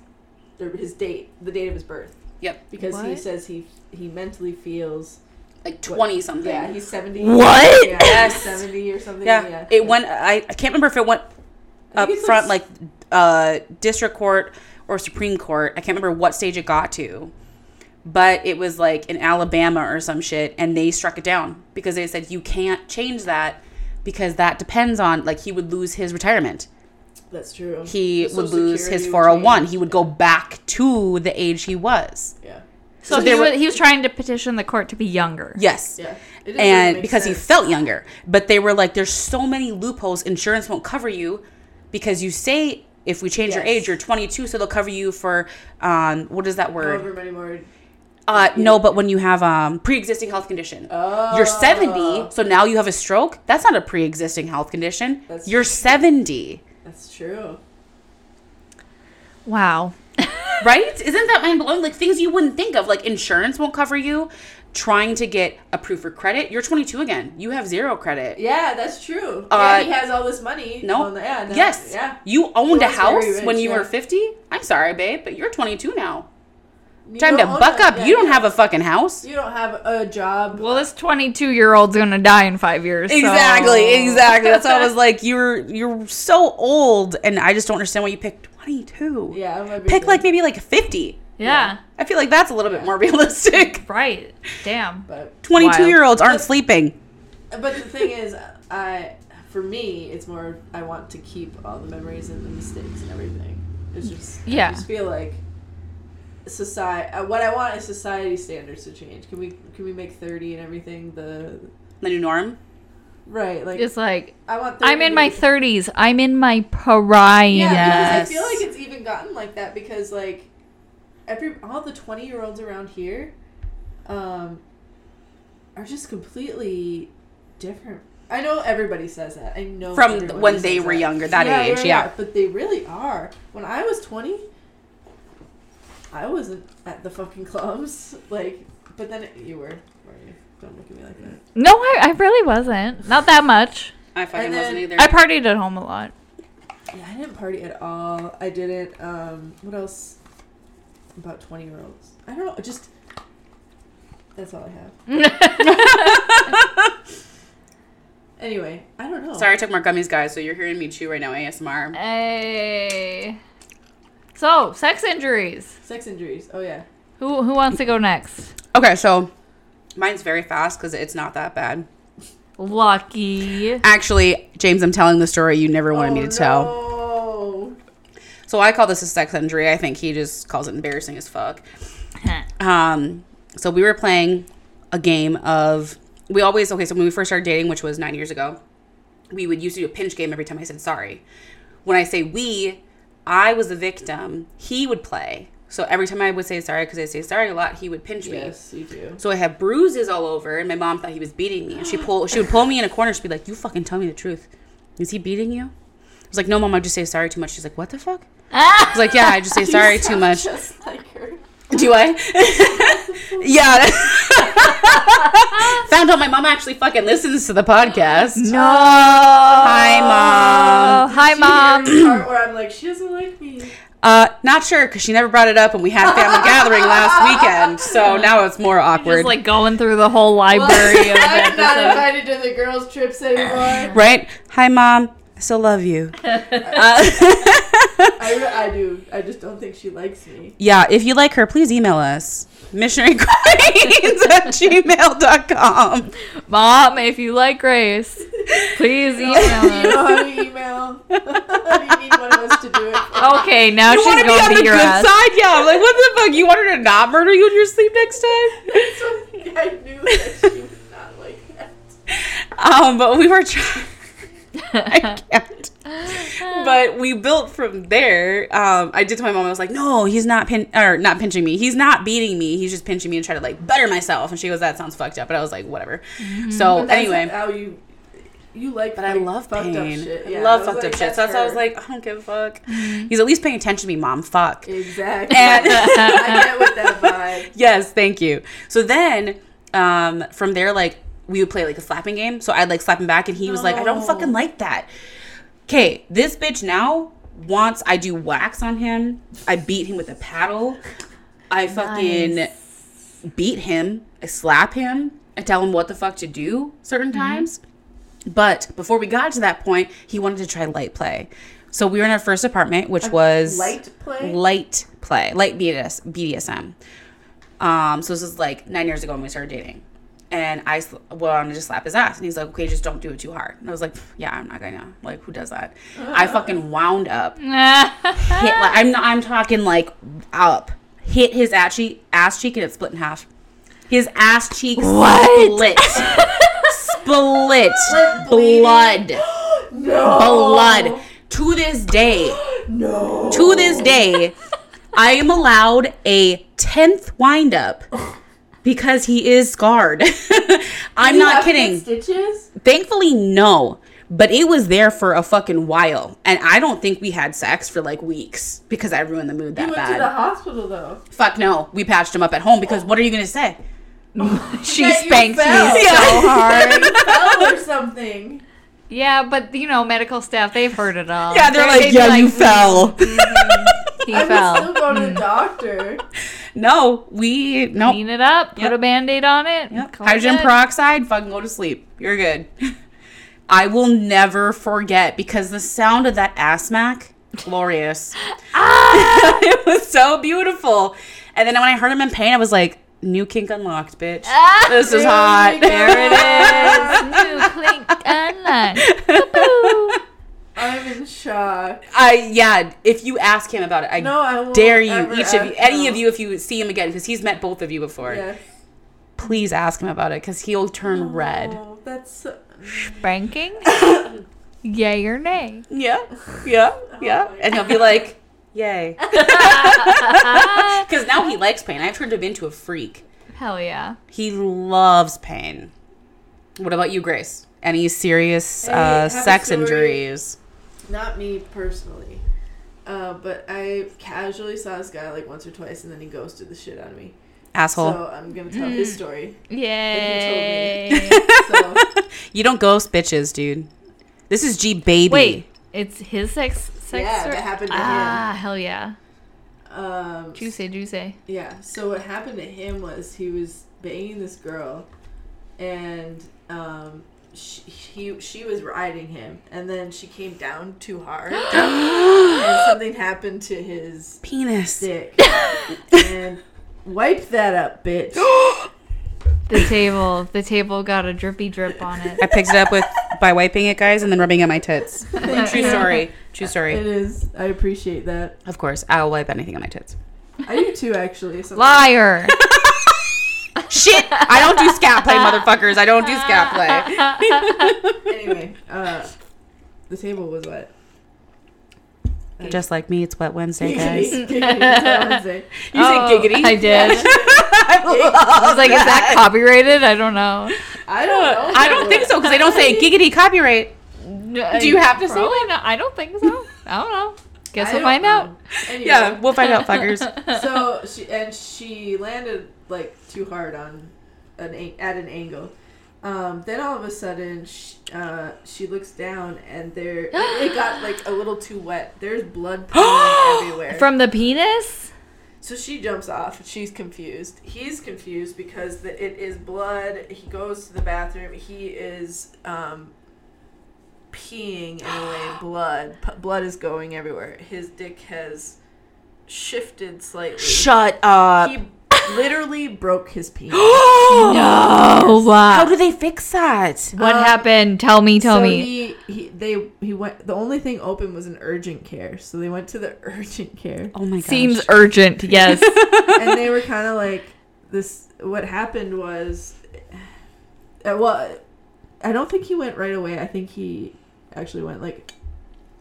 S3: their, his date, the date of his birth.
S2: Yep.
S3: Because he
S1: What?
S3: says he he mentally feels.
S2: Like 20 something.
S3: Yeah, he's seventy.
S1: What?
S3: Yeah,
S2: Yes.
S3: seventy or something.
S2: Yeah,
S3: Yeah,
S2: it went. I, I can't remember if it went
S3: I
S2: up
S3: think it's
S2: front, like uh, district court or Supreme Court. I can't remember what stage it got to, but it was like in Alabama or some shit, and they struck it down because they said you can't change that because that depends on like he would lose his retirement.
S3: That's true.
S2: He
S3: The
S2: would
S3: Social
S2: lose
S3: Security
S2: his
S3: would
S2: four hundred one.
S3: change.
S2: He would go back to the age he was.
S3: Yeah.
S1: So,
S2: So
S1: he,
S2: they were-
S1: was, he was trying to petition the court to be younger.
S2: Yes.
S3: Yeah. It doesn't
S2: and
S3: make
S2: because he
S3: sense.
S2: felt younger. But they were like, there's so many loopholes. Insurance won't cover you because you say if we change your
S3: Yes.
S2: age, you're 22, so they'll cover you for um, what is that word?
S3: however many more.
S2: uh, No, but when you have um, pre-existing health condition, you're
S3: Oh.
S2: 70, so now you have a stroke. That's not a pre-existing health condition.
S3: That's
S2: you're 70,
S3: That's true.
S1: Wow.
S2: right? Isn't that mind blowing? Like things you wouldn't think of, like insurance won't cover you. Trying to get approved for credit, you're 22 again. You have zero credit.
S3: Yeah, that's true.
S2: Uh,
S3: yeah, he has all this money.
S2: No.
S3: on the- yeah, no,
S2: yes.
S3: Yeah.
S2: You owned a
S3: Well, that's very
S2: house
S3: rich,
S2: when you
S3: yeah.
S2: were 50? I'm sorry, babe, but you're 22 now.
S3: You
S2: Time to
S3: don't own
S2: buck
S3: that-
S2: up.
S3: yeah,
S2: you don't have a fucking house.
S3: You don't have a job.
S1: Well, this 22 year old's gonna die in five years. so-
S2: Exactly, exactly. That's why I was like, you're you're so old and I just don't understand why you picked 22.
S3: yeah, I'm a big
S2: Pick
S3: fan,
S2: like maybe like 50.
S1: Yeah.
S2: I feel like that's a little bit more realistic.
S1: Right. Damn.
S3: But
S2: 22
S1: Wild.
S2: year olds aren't sleeping.
S3: but the thing is, I for me, it's more I want to keep all the memories and the mistakes and everything. It's just
S1: Yeah.
S3: I just feel like society. What I want is society standards to change. Can we can we make thirty and everything the
S2: The new norm.
S3: right? Like
S1: It's like
S3: I want. 30
S1: I'm in
S3: to
S1: my
S3: be-
S1: 30s. I'm in my prime.
S3: Yeah,
S2: Yes.
S3: because I feel like it's even gotten like that because like every all the twenty year olds around here, um, are just completely different. I know everybody says that. I know
S2: From
S3: everybody
S2: when they
S3: says
S2: were younger, that age, yeah.
S3: But they really are. When I was twenty, I wasn't at the fucking clubs. Like, but then it, you were. Were you? Don't look at me like that.
S1: No, I, I really wasn't. Not that much.
S2: I fucking
S3: And then-
S2: wasn't either.
S1: I partied at home a lot.
S3: Yeah, I didn't party at all. I didn't. Um, what else? About twenty year olds. I don't know. Just that's all I have. Anyway, I don't know.
S2: Sorry, I took more gummies, guys. So you're hearing me chew right now, ASMR.
S1: Hey. So, sex injuries.
S3: Sex injuries. Oh yeah.
S1: Who who wants to go next?
S2: Okay, so mine's very fast because it's not that bad.
S1: Lucky.
S2: Actually, James, I'm telling the story you never wanted me to tell.
S3: Oh, no.
S2: So I call this a sex injury. I think he just calls it embarrassing as fuck. Um, so we were playing a game of we always okay. So when we first started dating, which was nine years ago, we would used to do a pinch game every time I said sorry. When I say we, I was the victim. He would play. So every time I would say sorry, because I say sorry a lot, he would pinch me.
S3: Yes, you do.
S2: So I had bruises all over, and my mom thought he was beating me. And she pull, she would pull me in a corner. She'd be like, "You fucking tell me the truth. Is he beating you?" I was like, "No, mom. I just say sorry too much." She's like, "What the fuck?" I was like, "Yeah, I just say sorry too much."
S3: Just like her.
S2: Do I? yeah. Found out my mom actually fucking listens to the podcast.
S1: No. Hi,
S2: Hi,
S1: Hi,
S2: mom.
S3: She heard the
S1: mom.
S3: part where I'm like, she doesn't like me.
S2: Uh, not sure because she never brought it up when we had family gathering last weekend. So now it's more awkward.
S1: Just like going through the whole library of
S3: I'm not
S1: episodes.
S3: invited to the girls' trips anymore.
S2: right? Hi, mom. I still love you. Uh,
S3: I, re- I do. I just don't think she likes me.
S2: Yeah, if you like her, please email us. Missionaryqueens at gmail.com.
S1: Mom, if you like Grace, please email
S3: You
S1: us.
S3: know how to email. you need one of us to do it.
S1: Okay, now
S2: You want
S1: she's
S2: to be on
S1: going to
S2: the good
S1: your ass.
S2: side? Yeah. I'm like, what the fuck? You want her to not murder you in your sleep next time?
S3: So I knew that she would not like that.
S2: Um, but we were trying. I can't. But we built from there. Um, I did tell my mom I was like, "No, he's not pin or not pinching me. He's not beating me. He's just pinching me and trying to like better myself." And she goes, "That sounds fucked up." But I was like, "Whatever." So
S3: But that's
S2: anyway,
S3: how you you like.
S2: but I
S3: like,
S2: love
S3: fucked
S2: pain.
S3: Up shit.
S2: I
S3: Yeah,
S2: love
S3: was
S2: fucked
S3: like,
S2: up shit. So that's why I was
S3: her. Mm-hmm.
S2: like, "I don't give a fuck." He's at least paying attention to me, mom. Fuck.
S3: exactly.
S2: And-
S3: I get with that vibe.
S2: Yes, thank you. So then, um, from there, like we would play like a slapping game. So I'd like slap him back, and he was like, "I don't
S3: No.
S2: fucking like that." Okay, this bitch now wants I do wax on him. I beat him with a paddle. I fucking beat him. I slap him. I tell him what the fuck to do certain
S3: Mm-hmm.
S2: times. But before we got to that point, he wanted to try light play. So we were in our first apartment, which was
S3: light play?
S2: light play, light BDS, BDSM. Um, so this is like nine years ago when we started dating, and I sl- well, I'm gonna just slap his ass, and he's like, okay, just don't do it too hard. And I was like, yeah, I'm not gonna. Like, who does that? I fucking wound up hit like I'm not, I'm talking like up. Hit his ass cheek, ass cheek and it split in half. His ass cheek split. split.
S3: bleeding.
S2: Blood.
S3: No.
S2: Blood. To this day,
S3: No.
S2: to this day, I am allowed a 10th windup because he is scarred. I'm not kidding.
S3: Stitches?
S2: Thankfully, no. But it was there for a fucking while. And I don't think we had sex for like weeks because I ruined the mood that
S3: You went
S2: bad.
S3: to the hospital though.
S2: Fuck no. We patched him up at home because what are you going to say?
S1: she
S3: That you
S1: spanked me
S3: fell.
S1: so hard.
S3: Fell or something.
S1: yeah, but you know, medical staff, they've heard it all. they'd be
S2: fell.
S1: He
S3: I would still
S1: fell.
S3: go
S2: Mm.
S3: to the doctor.
S2: no, we, no.
S1: Clean it up, put
S2: Yep.
S1: a band aid on it.
S2: Yep.
S1: call it
S2: Hydrogen
S1: good.
S2: peroxide, fucking go to sleep. You're good. I will never forget because the sound of that ass smack, glorious.
S1: Ah,
S2: it was so beautiful. And then when I heard him in pain, I was like, new kink unlocked, bitch. this is
S3: Ah, There
S2: hot.
S3: we go.
S1: There it is. New clink unlocked.
S3: I'm in shock.
S2: I yeah. If you ask him about it, I
S3: No, I won't
S2: dare you,
S3: ever
S2: each of you,
S3: ask-
S2: any
S3: no.
S2: of you, if you see him again, because he's met both of you before.
S3: Yes.
S2: Please ask him about it, because he'll turn red.
S3: Oh, that's so-
S1: Spanking? Yay or nay?
S2: Yeah, yeah,
S3: Oh
S2: yeah, and he'll be like, "Yay!" Because now he likes pain. I've turned him into a freak.
S1: Ah, Hell yeah.
S2: He loves pain. What about you, Grace? Any serious
S3: Hey,
S2: uh,
S3: have a
S2: sex
S3: story.
S2: injuries?
S3: not me personally. Uh, but I casually saw this guy like once or twice, and then he ghosted the shit out of me.
S2: Asshole.
S3: So I'm gonna tell
S2: Hmm.
S3: his story.
S1: Yay.
S3: So
S2: you don't ghost bitches, dude. This is G baby.
S1: Wait, it's his sex sex
S3: Yeah,
S1: story?
S3: that happened to him.
S1: ah, hell yeah.
S3: um,
S1: Juice, juice.
S3: Yeah. So what happened to him was he was banging this girl, and um, she, he she was riding him, and then she came down too hard, and something happened to his
S2: penis.
S3: dick, and wipe that up, bitch.
S1: The table, the table got a drippy drip on it.
S2: I picked it up with by wiping it, guys, and then rubbing it on my tits. True story. True
S3: It
S2: story.
S3: is. I appreciate that.
S2: uh, Of course, I'll wipe anything on my tits.
S3: I do too, actually. So
S1: Liar.
S2: Shit! I don't do scat play, motherfuckers. I don't do scat play.
S3: anyway, uh, the table was wet.
S2: Just like me, it's Wet Wednesday, guys.
S3: Giggity, giggity, Wednesday.
S2: You
S1: Oh, I did. I was like, is that copyrighted? I don't know.
S3: I don't know.
S2: Uh, I don't think so because they don't say giggity copyright.
S1: Do
S2: you have to say
S1: Probably not. I don't think so. I don't know. Guess
S3: I
S1: we'll
S3: don't
S1: find
S3: know.
S1: out.
S3: Anyway,
S2: Yeah, we'll find out, fuckers.
S3: so she and she landed like too hard on an an- at an angle. Um, then all of a sudden, she, uh, she looks down and there it got like a little too wet. There's blood pouring everywhere.
S1: From the penis?
S3: So she jumps off. She's confused. He's confused because the, it is blood. He goes to the bathroom. He is um, peeing in a way blood. P- blood is going everywhere. His dick has shifted slightly.
S2: Shut up.
S3: he literally broke his penis.
S1: No.
S2: How do they fix that?
S1: What
S3: Um,
S1: happened? Tell me, tell
S3: so
S1: me.
S3: He, he they he went. The only thing open was an urgent care. So they went to the urgent care.
S2: Oh my god.
S1: Seems urgent, yes.
S3: and they were kind of like this what happened was uh, well i don't think he went right away i think he actually went like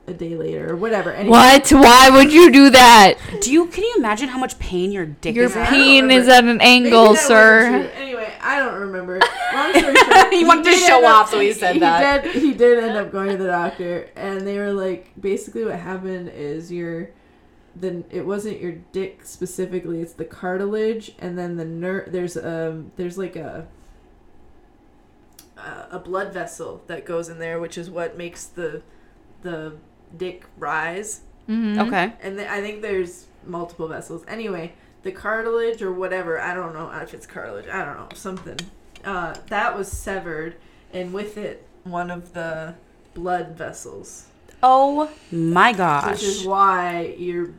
S3: a day later or whatever anyway,
S1: what? Why would you do that?
S2: Do you? Can you imagine how much pain your dick
S1: Your
S2: is? in?
S3: I don't
S1: peen
S3: remember.
S1: is at an
S3: maybe
S1: angle,
S3: that
S1: sir.
S3: wasn't true. anyway i don't remember long story short
S2: He wanted to
S3: did
S2: show
S3: end up-
S2: off, so he said
S3: he
S2: that.
S3: did, he did end up going to the doctor and they were like basically what happened is your then it wasn't your dick specifically it's the cartilage and then the nerve there's um there's like a uh, a blood vessel that goes in there which is what makes the the dick rise
S1: Mhm.
S2: Okay.
S3: and th- I think there's multiple vessels. Anyway, the cartilage or whatever, I don't know if it's cartilage, I don't know, something. Uh, that was severed, and with it, one of the blood vessels,
S2: Oh my
S3: which is
S2: gosh.
S3: why you're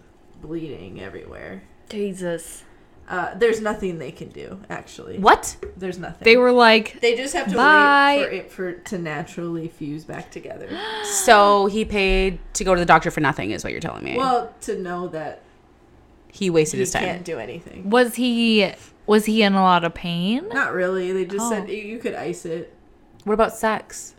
S3: bleeding everywhere.
S1: Jesus.
S3: Uh, there's nothing they can do, actually.
S2: What?
S3: There's nothing.
S1: They were like,
S3: They just have to
S1: Bye.
S3: wait for it for it to naturally fuse back together.
S2: So he paid to go to the doctor for nothing, is what you're telling me.
S3: well, to know that
S2: he wasted
S3: he
S2: his time.
S3: can't do anything.
S1: was he was he in a lot of pain?
S3: Not really. They just said
S1: Oh.
S3: you could ice it
S2: What about sex?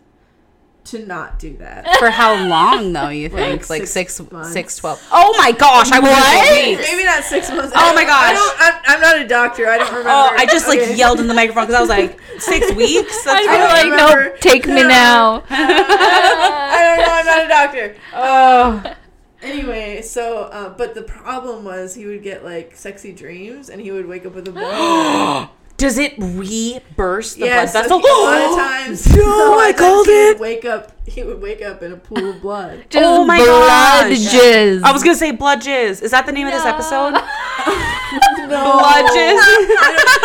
S3: to not do that.
S2: For how long though? You think like,
S3: Like
S2: six,
S3: six
S2: six,
S3: months.
S2: twelve? Oh my gosh! I was.
S3: Maybe not six months.
S2: Oh
S3: I
S2: my
S3: don't- I
S2: gosh.
S3: don't, I'm, I'm not a doctor. I don't remember.
S2: Oh, I just like
S3: Okay.
S2: yelled in the microphone because I was like six weeks.
S1: They
S2: That's
S3: I
S1: were
S3: don't
S2: fine.
S1: like,
S3: remember.
S1: nope, take me
S3: No.
S1: now.
S3: I don't know. I'm not a doctor. Um,
S1: Oh,
S3: Anyway, so uh, but the problem was he would get like sexy dreams and he would wake up with a boil.
S2: Does it reburst the
S3: yeah,
S2: blood
S3: so he-
S2: vessel?
S3: a lot of times.
S2: No,
S3: a lot
S2: I
S3: of times
S2: called
S3: he
S2: it.
S3: Would wake up. He would wake up in a pool of blood.
S1: just
S2: Oh my
S1: blood
S2: gosh.
S1: jizz.
S2: I was gonna say blood jizz. Is that the name of this episode?
S3: no,
S2: Blood
S3: Oh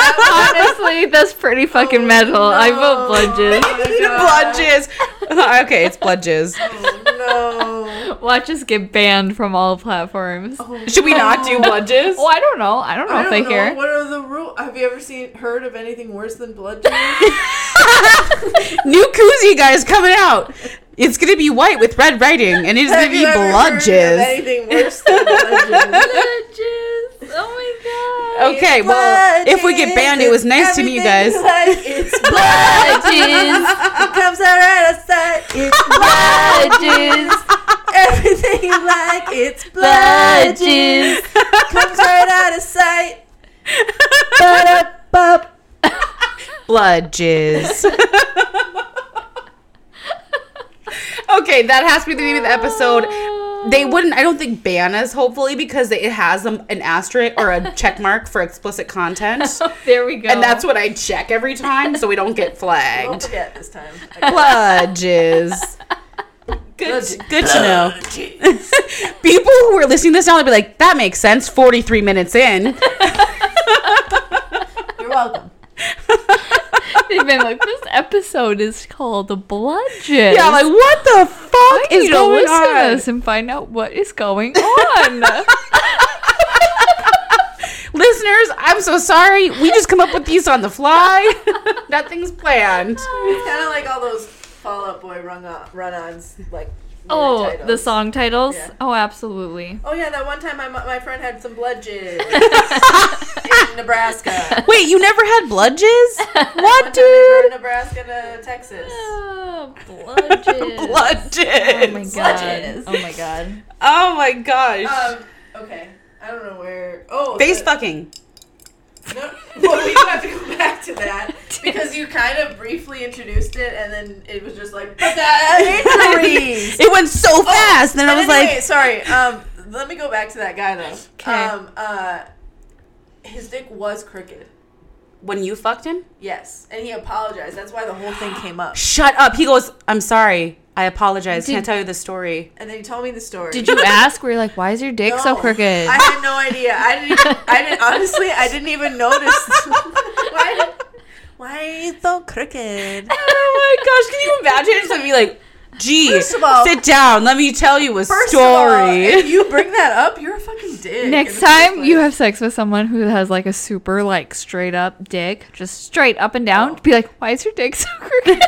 S2: jizz.
S1: Honestly, that's pretty
S2: Oh,
S1: fucking metal. I vote blood jizz.
S2: blood jizz. okay, it's blood jizz.
S3: no.
S1: Watch us get banned from all platforms.
S3: Oh,
S2: Should we not do blood jizz?
S1: Oh, I don't know. I don't know
S3: I
S1: if
S3: don't
S1: they
S3: know.
S1: care.
S3: What are the rules? Have you ever seen heard of anything worse than blood jizz?
S2: New koozie guys coming out. It's gonna be white with red writing, and it's gonna
S3: Have
S2: be
S3: you ever
S2: blood
S3: heard of
S2: jizz.
S3: Anything worse than blood jizz?
S1: Jizz. Oh my god.
S2: Okay, well, if we get banned, it was nice to meet you guys.
S3: it's blood
S1: Jizz.
S3: comes out right outside. It's
S1: Blood jizz.
S3: everything you like. It's
S1: Blood
S3: blood
S1: jizz.
S3: comes right out of sight.
S2: Blood jizz. okay, that has to be the name of the episode. They wouldn't, I don't think, ban us, hopefully, because it has um, an asterisk or a check mark for explicit content.
S1: there we go.
S2: Oh. And that's what I check every time so we don't get
S3: Don't
S2: flagged.
S3: forget this time.
S2: Blood jizz. Good,
S3: Blood-
S2: good to know. People who are listening to this now, they'll be like, that makes sense 43 minutes in.
S3: You're welcome.
S1: They've been like, this episode is called the blood jizz.
S2: Yeah, like, what the fuck
S1: I
S2: is
S1: need to
S2: going
S1: listen
S2: on?
S1: to this and find out what is going on.
S2: Listeners, I'm so sorry. We just come up with these on the fly. Nothing's planned.
S3: Kind of like all those Fall Out Boy run on, run-ons, like. weird
S1: oh, the
S3: titles.
S1: song titles?
S3: Yeah.
S1: Oh, absolutely.
S3: Oh yeah, that one time my, my friend had some blood jizz in Nebraska.
S2: Wait, you never had blood jizz?
S3: One
S2: What,
S3: time they brought
S2: dude?
S3: Nebraska to Texas.
S1: Oh, blood jizz.
S2: Blood
S1: Oh my
S2: jizz.
S1: god.
S3: jizz.
S1: Oh my god.
S2: Oh my gosh.
S3: Um, okay. I don't know where. Oh,
S2: Face
S3: the-
S2: fucking.
S3: No, well, we do have to go back to that because you kind of briefly introduced it, and then it was just like, but that injuries.
S2: It went
S1: Oh,
S2: so fast. Then I was
S3: anyway,
S2: like,
S3: sorry. Um, let me go back to that guy though.
S1: 'Kay.
S3: Um, uh, his dick was crooked.
S2: when you fucked him?
S3: Yes, and he apologized. That's why the whole thing came up.
S2: Shut up. He goes, I'm sorry. I apologize.
S1: Did-
S2: Can't tell you the story.
S3: And then he told me the story.
S1: Did you ask? Were you like, why is your dick so
S3: No,
S1: crooked?
S3: I had no idea. I didn't. Even, I didn't. Honestly, I didn't even notice. why? Why are you so crooked?
S2: Oh my gosh. Can you imagine? Just be like, gee,
S3: First of all-
S2: sit down. Let me tell you a
S3: First
S2: story.
S3: of all, if you bring that up, you're a fucking dick.
S1: Next time you have sex with someone who has like a super like straight up dick, just straight up and
S2: Oh.
S1: down, be like, why is your dick so crooked?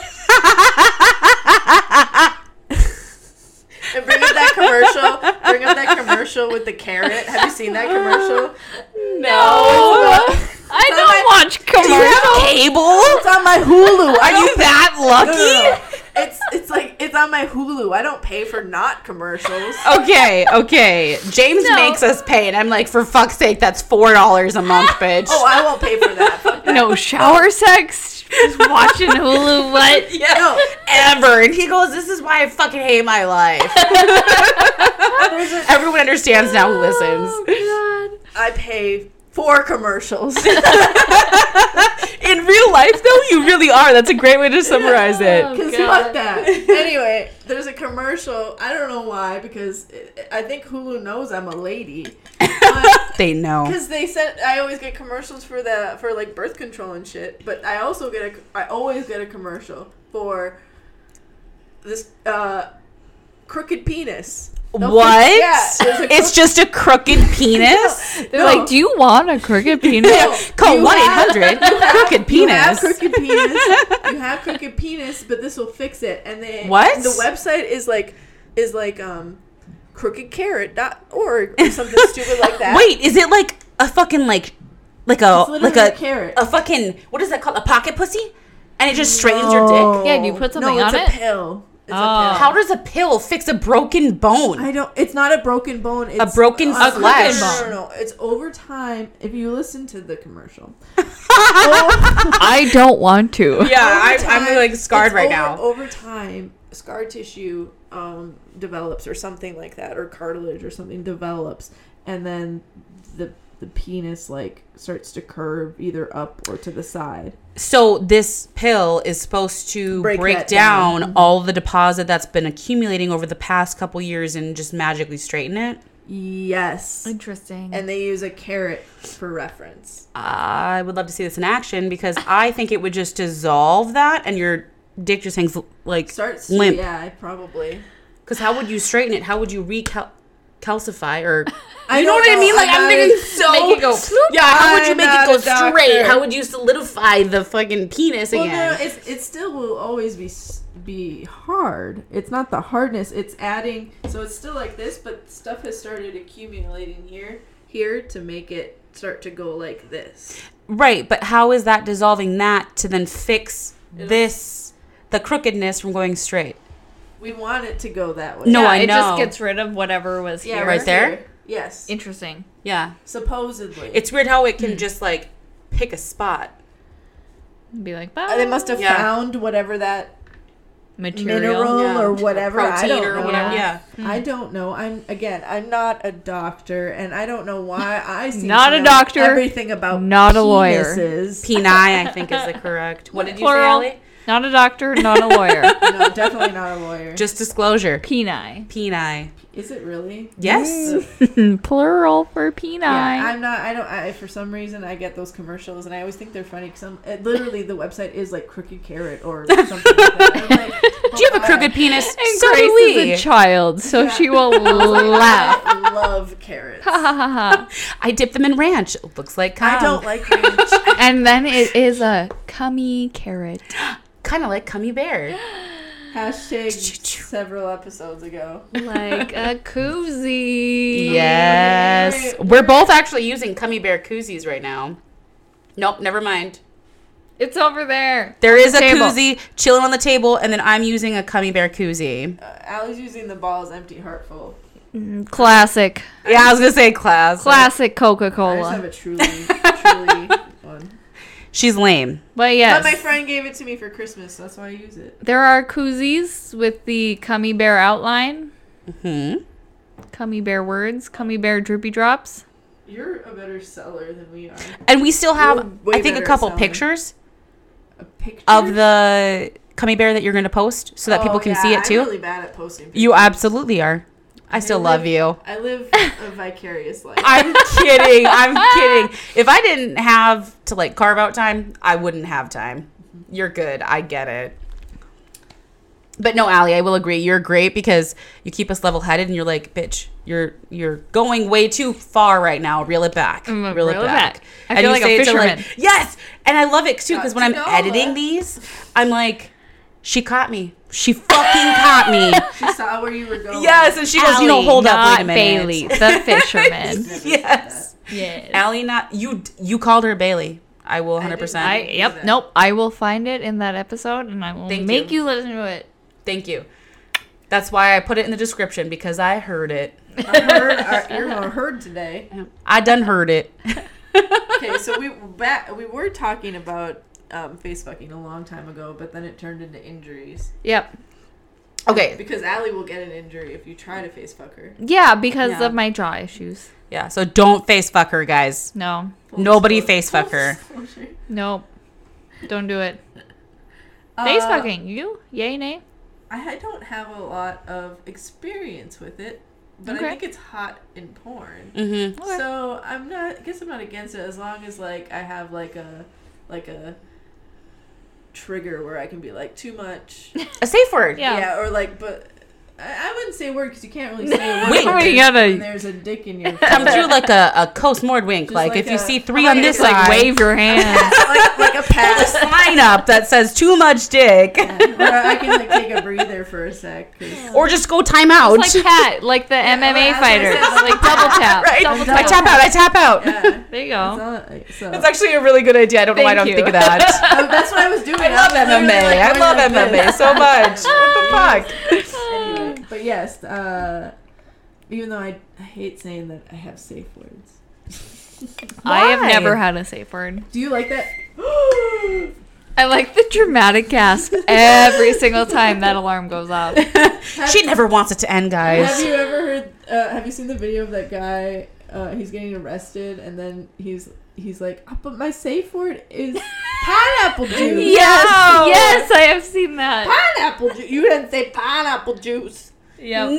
S3: and bring up that commercial. Bring up that commercial with the carrot. Have you seen that commercial?
S1: I don't watch
S2: Do you have
S1: commercials.
S2: cable?
S3: It's on my Hulu.
S2: Are you that
S3: No, no,
S2: lucky?
S3: no. It's it's like it's on my Hulu. I don't pay for not commercials.
S2: Okay, okay. James
S1: No.
S2: makes us pay, and I'm like, for fuck's sake, that's four dollars a month, bitch.
S3: Oh, I won't pay for that. Fuck that.
S1: No shower sex. Just watching Hulu. What?
S2: yeah,
S3: No.
S2: ever. And he goes, "This is why I fucking hate my life." Everyone understands now who listens.
S1: Oh god.
S3: I pay for commercials.
S2: In real life, though, you really are. That's a great way to summarize it.
S1: Oh,
S3: Because
S1: God.
S3: fuck that. Anyway, there's a commercial. I don't know why because it, I think Hulu knows I'm a lady.
S2: They know.
S3: Because they said I always get commercials for the for like birth control and shit, but I also get a I always get a commercial for this uh crooked penis. No,
S2: What?
S3: yeah, there's a
S2: it's
S3: crook-
S2: just a crooked penis.
S1: They're
S3: No.
S1: like, do you want a crooked penis?
S3: No.
S2: Call
S3: You
S2: one eight
S3: have-
S2: hundred crooked
S3: You have
S2: penis.
S3: crooked penis. you have crooked penis, but this will fix it. And they
S2: What?
S3: and the website is like is like um crookedcarrot.org or something stupid like that.
S2: Wait, is it like a fucking like like a
S3: It's
S2: like
S3: literally
S2: a
S3: a carrot.
S2: a fucking what is that called? A pocket pussy? And it just straightens your dick.
S1: Yeah, do you put something
S3: no, it's
S1: on
S3: a
S1: it?
S3: Pill. It's
S1: Oh.
S3: a pill.
S2: How does a pill fix a broken bone?
S3: I don't. It's not a broken bone. It's
S2: broken
S3: uh,
S2: flesh.
S3: No, no, no, no. It's over time. If you listen to the commercial,
S1: I don't want to.
S2: yeah,
S3: Over
S2: I,
S3: time-
S2: I'm like scarred
S3: it's
S2: right
S3: over-
S2: now.
S3: Over time, scar tissue um, develops, or something like that, or cartilage, or something develops, and then the the penis like starts to curve either up or to the side.
S2: So this pill is supposed to break,
S3: Break that
S2: down, all the deposit that's been accumulating over the past couple years and just magically straighten it.
S3: Yes,
S1: Interesting.
S3: and they use a carrot for reference.
S2: I would love to see this in action because I think it would just dissolve that and your dick just hangs like
S3: Starts.
S2: limp.
S3: Yeah, probably.
S2: Because how would you straighten it? How would you recalcify or
S3: I
S2: you know
S3: don't
S2: what I
S3: know.
S2: mean? Like
S3: I'm
S2: I'm,
S3: not
S2: thinking
S3: a-
S2: so
S1: Make it go floop.
S2: yeah. How would you
S3: I'm
S2: make it
S3: not
S2: go
S3: a doctor.
S2: straight? How would you solidify the fucking penis
S3: Well,
S2: again?
S3: no, it's it still will always be s- be hard. It's not the hardness. It's adding. So it's still like this, but stuff has started accumulating here, here to make it start to go like this.
S2: right, but how is that dissolving that to then fix this the crookedness from going straight?
S3: We want it to go that way.
S2: No,
S1: Yeah,
S2: I
S1: it
S2: know.
S1: just gets rid of whatever was
S3: Yeah,
S1: here.
S2: right there.
S3: Yes,
S1: Interesting.
S2: Yeah,
S3: supposedly.
S2: it's weird how it
S3: Hmm.
S2: can just like pick a spot.
S1: Be like, bye.
S3: Uh, they must have
S2: Yeah.
S3: found whatever that
S1: material.
S3: mineral
S2: Yeah.
S3: or whatever. I
S2: Protein
S3: don't
S2: or
S3: know.
S2: whatever.
S1: Yeah.
S2: Yeah. Hmm.
S3: I don't know. I'm again. I'm not a doctor, and I don't know why I seem
S1: Not
S3: to
S1: a
S3: know
S1: doctor,
S3: Everything about
S1: not a lawyer.
S3: penises.
S2: Peni, I think, is the correct. What did you
S1: Plural.
S2: say, Allie?
S1: Not a doctor, not a lawyer.
S3: no, definitely not a lawyer.
S2: Just disclosure.
S1: Peni.
S2: Peni.
S3: Is it really?
S2: Yes.
S3: Ugh.
S1: Plural for peni.
S3: Yeah, I'm not. I don't. I for some reason I get those commercials and I always think they're funny. Some it, literally the website is like crooked carrot or something. like that. I'm like,
S2: Do you have a
S3: "Oh,
S2: crooked penis?
S1: and
S2: so
S1: Grace
S2: do we.
S1: is a child, so she will laugh.
S3: I love carrots.
S1: Ha, ha, ha.
S2: I dip them in ranch. Looks like cum.
S3: I don't like ranch.
S1: and then it is a cummy carrot.
S2: kind of like cummy bear.
S3: Hashtag several episodes ago.
S1: Like a koozie.
S2: Yes, we're both actually using cummy bear koozies right now. Nope, never mind.
S1: It's over there.
S2: There is a
S1: Table.
S2: koozie chilling on the table, and then I'm using a cummy bear koozie.
S3: Uh, Allie's using the balls empty heartful.
S1: Mm, Classic.
S2: Yeah, I was gonna say class.
S1: Classic Coca
S3: I just have
S1: Cola.
S3: a truly, truly one.
S2: She's lame.
S1: But
S3: But
S1: yes.
S3: my friend gave it to me for Christmas. so That's why I use it.
S1: There are koozies with the cummy bear outline,
S2: Hmm.
S1: cummy bear words, cummy bear droopy drops.
S3: You're a better seller than we are.
S2: And we still have,
S3: You're way
S2: I think, a
S3: better at
S2: couple
S3: selling.
S2: pictures
S3: A picture
S2: of the cummy bear that you're gonna post, so that people
S3: Oh,
S2: can
S3: yeah,
S2: see it
S3: I'm
S2: too.
S3: really bad at posting. Pictures.
S2: you absolutely are. I still love you.
S3: I live a vicarious life.
S2: I'm kidding. I'm kidding. If I didn't have to like carve out time, I wouldn't have time. You're good. I get it. But no, Allie, I will agree. You're great because you keep us level headed and you're like, bitch, you're you're going way too far right now. Reel it back.
S1: I'm
S2: Reel,
S1: gonna
S2: it back.
S1: I
S2: And
S1: feel
S2: you
S1: like a
S2: say it to,
S1: fisherman.
S2: yes. And I love it too, because when I'm
S3: Got to know
S2: editing
S3: us.
S2: these, I'm like, she caught me. She fucking caught me.
S3: She saw where you were going.
S2: Yes, and she goes, you know,
S1: Allie,
S2: hold up, wait a
S1: not
S2: minute.
S1: Bailey, the fisherman.
S2: Yes.
S1: yes.
S2: Allie, not you. You called her Bailey. I will
S3: didn't.
S2: 100%.
S1: I yep. Nope. I will find it in that episode, and I will
S2: Thank
S1: make
S2: you.
S1: you. listen to it.
S2: Thank you. That's why I put it in the description because I heard it.
S3: I heard, I, you're gonna heard today.
S2: I done heard it.
S3: Okay, so we back, we were talking about um, face fucking a long time ago, but then it turned into injuries
S1: Yep.
S2: Okay.
S3: because Allie will get an injury if you try to face fuck her.
S1: Yeah, because
S2: Yeah.
S1: of my jaw issues.
S2: Yeah. So don't face fuck her, guys.
S1: No.
S2: Nobody face fuck her.
S1: Nope. Don't do it.
S3: Uh,
S2: Uh,
S1: Face fucking. You? Yay, nay?
S3: I don't have a lot of experience with it, but
S1: Okay.
S3: I think it's hot in porn.
S2: Mm-hmm.
S1: Okay.
S3: So I'm not. I guess I'm not against it as long as like I have like a like a trigger where I can be like too much.
S2: A safe word.
S1: Yeah.
S3: Yeah. or like, but I, I wouldn't say word because you can't really say a word.
S2: Wink.
S3: when
S1: We
S3: there's-
S1: gotta-
S3: when there's a dick in your.
S2: Come through like a, a Coast Mord wink.
S3: Just
S2: Like,
S3: like
S2: if you
S3: a-
S2: see three
S3: like
S2: on
S3: a-
S2: this
S1: like
S2: side,
S1: wave your hand.
S3: like, like a
S2: a
S3: pass.
S2: sign up that says too much dick,
S3: where I can like take a breather for a sec. 'cause-
S2: or just go time out.
S1: It's like Pat, like the MMA
S3: that's what I
S1: fighters,
S3: said,
S1: like double tap,
S2: right?
S1: double
S2: I
S1: tap.
S2: tap out. I tap out.
S3: Yeah. that's
S1: There you
S3: all
S1: go.
S3: I- so.
S2: It's actually a really good idea. I don't know why I don't
S1: Thank you.
S2: think of that.
S3: Oh, that's what I was doing.
S2: I love
S3: was literally,
S2: MMA.
S3: like,
S2: I
S3: going
S2: love
S3: like
S2: MMA
S3: this.
S2: so much. What the fuck?
S3: Anyway, but yes, uh, even though I, I hate saying that I have safe words.
S1: I have
S2: Why?
S1: never had a safe word.
S3: Do you like that?
S1: I like the dramatic gasp every single time that alarm goes off.
S2: She never wants it to end,
S3: have
S2: guys.
S3: you ever heard? Uh, have you seen the video of that guy? Uh, he's getting arrested, and then he's he's like, oh, "But my safe word is pineapple juice."
S1: Yes,
S2: No.
S1: yes, I have seen that.
S3: Pineapple juice. You didn't say pineapple juice.
S1: Yep.
S3: I'll have to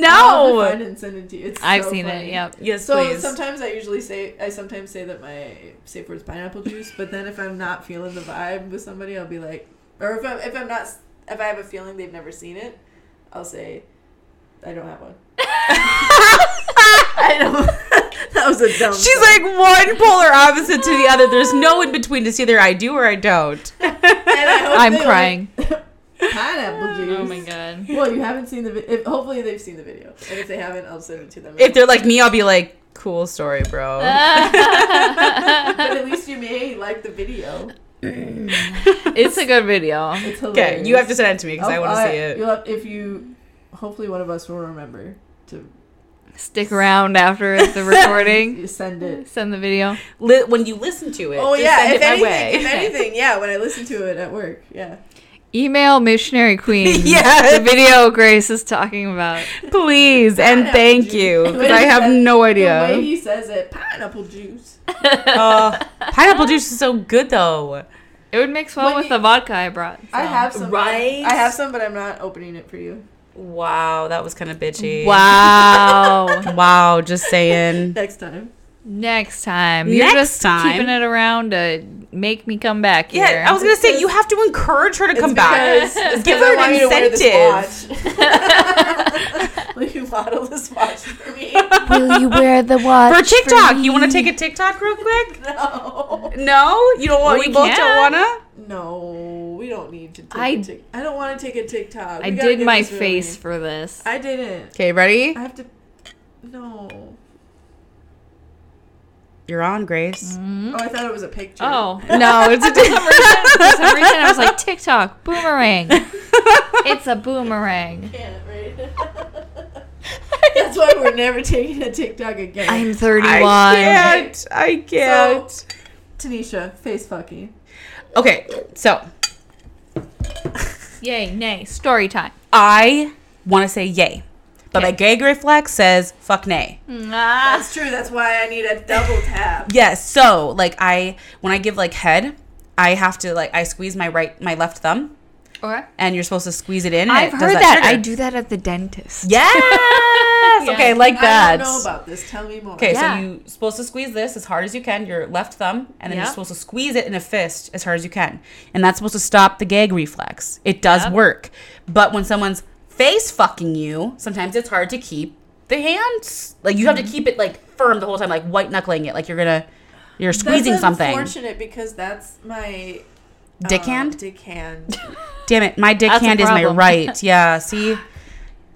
S2: No.
S3: find it and send it to you. It's
S1: I've
S3: so
S1: seen it.
S3: funny.
S1: Yep.
S2: Yes,
S3: So
S2: please.
S3: sometimes I usually say I sometimes say that my safe word is pineapple juice, but then if I'm not feeling the vibe with somebody, I'll be like, or if I'm if I'm not if I have a feeling they've never seen it, I'll say, I don't have one. I don't. that was a dumb.
S2: She's like one polar opposite to the other. There's no in between. It's either I do or I don't.
S1: I'm crying.
S3: pineapple juice.
S1: Oh my god.
S3: Well, you haven't seen the. Vi- if, hopefully, they've seen the video, and if they haven't, I'll send it to them.
S2: If they're like me, I'll be like, cool story, bro.
S3: but at least you may like the video.
S1: it's a good video.
S3: It's hilarious.
S2: Okay, you have to send it to me because I
S3: Oh,
S2: want to
S3: I-
S2: see it.
S3: You'll have, if you, hopefully, one of us will remember to
S1: Stick around after the recording.
S3: you send it.
S1: Send the video.
S2: Li- when you listen to it,
S3: Oh
S2: just
S3: yeah,
S2: send
S3: if
S2: it my
S3: anything,
S2: way.
S3: if anything, yeah. When I listen to it at work, yeah.
S1: Email missionary queen.
S2: Yes.
S1: The video Grace is talking about.
S2: Please and
S3: Pineapple
S2: thank
S3: juice.
S2: you.
S3: The way
S2: 'cause I
S3: he
S2: have
S3: said-
S2: no
S3: The way
S2: idea.
S3: he says it, pineapple juice.
S2: Uh, pineapple juice is so good though.
S1: It would mix well
S3: When
S1: with
S3: you-
S1: the vodka I brought.
S3: I
S1: so.
S3: have some.
S2: Right?
S3: I have some, but I'm not opening it for you.
S2: Wow, that was kind of bitchy.
S1: Wow.
S2: Wow, just saying.
S3: Next time.
S1: Next time. You're
S2: Next
S1: just
S2: time.
S1: keeping it around to make me come back here.
S2: Yeah, I was gonna say you have to encourage her to come back.
S3: It's because
S2: Give
S3: I
S2: her an
S3: want you to wear this
S2: incentive.
S3: watch. Will you model this watch for me?
S1: Will you wear the watch?
S2: For TikTok, you want to take a TikTok real quick?
S3: No.
S2: No, you don't want.
S1: We
S2: you both don't
S1: can.
S2: wanna.
S3: No, we don't need to. Take
S1: I-
S3: I tic- I don't want to take a TikTok.
S1: I
S3: We gotta
S1: did
S3: get
S1: my
S3: this movie.
S1: face for this.
S3: I didn't.
S2: Okay, ready?
S3: I have to. No.
S2: You're on, Grace.
S3: Oh, I thought it was a picture.
S1: Oh.
S2: No, it's a
S1: For some, reason, for some reason, I was like, TikTok, boomerang. It's a boomerang.
S3: Can't, right? That's why we're never taking a TikTok again.
S1: I'm 31.
S2: I can't. I can't.
S3: Tanisha, face fucking.
S2: okay, so
S1: Yay, nay. Story time.
S2: I want to say yay, but
S1: Okay.
S2: my gag reflex says fuck nay.
S1: Ah.
S3: That's true. That's why I need a double tap.
S2: Yes. So like I when I give like head, I have to like I squeeze my right my left thumb,
S1: Okay.
S2: and you're supposed to squeeze it in. and it
S1: I've
S2: does
S1: heard that. I
S2: trigger.
S1: do that at the dentist.
S2: Yes.
S1: Yeah.
S2: Okay, I like
S3: I
S2: that.
S3: don't know about this. Tell me more.
S2: Okay,
S1: Yeah.
S2: so you're supposed to squeeze this as hard as you can, your left thumb, and then
S1: Yeah.
S2: you're supposed to squeeze it in a fist as hard as you can. And that's supposed to stop the gag reflex. It does
S1: Yeah.
S2: work. But when someone's face fucking you, sometimes it's hard to keep the hands. Like you have to keep it like firm the whole time, like white knuckling it, like you're gonna you're squeezing
S3: that's
S2: something.
S3: Unfortunate because that's my
S2: Dick
S3: uh,
S2: hand?
S3: Dick hand.
S2: Damn it, my dick
S1: That's a
S2: hand is my
S1: problem.
S2: right. Yeah, see?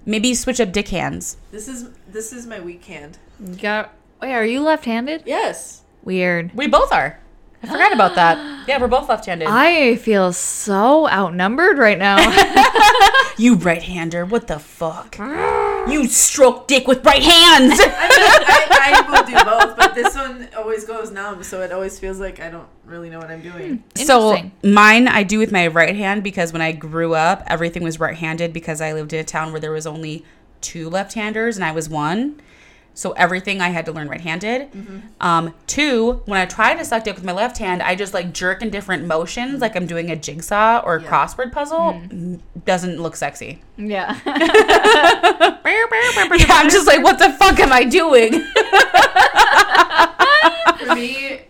S2: Maybe switch up dick hands.
S3: this is this is my weak hand.
S1: Got, wait, are you left handed?
S3: Yes.
S1: Weird.
S2: We both are. I forgot about that. Yeah, we're both left handed.
S1: I feel so outnumbered right now.
S2: You right hander, what the fuck? you stroke dick with right hands!
S3: I mean, I, I will do both, but this one always goes numb, so it always feels like I don't really know what I'm doing.
S2: so
S1: Interesting.
S2: mine I do with my right hand because when I grew up, everything was right handed because I lived in a town where there was only two left handers and I was one. so everything I had to learn right-handed. Um, two, when I try to suck dick with my left hand, I just like jerk in different motions, like I'm doing a jigsaw or a
S3: Yeah.
S2: crossword puzzle. Doesn't look sexy.
S1: Yeah.
S2: Yeah, I'm just like, what the fuck am I doing?
S3: For me, uh,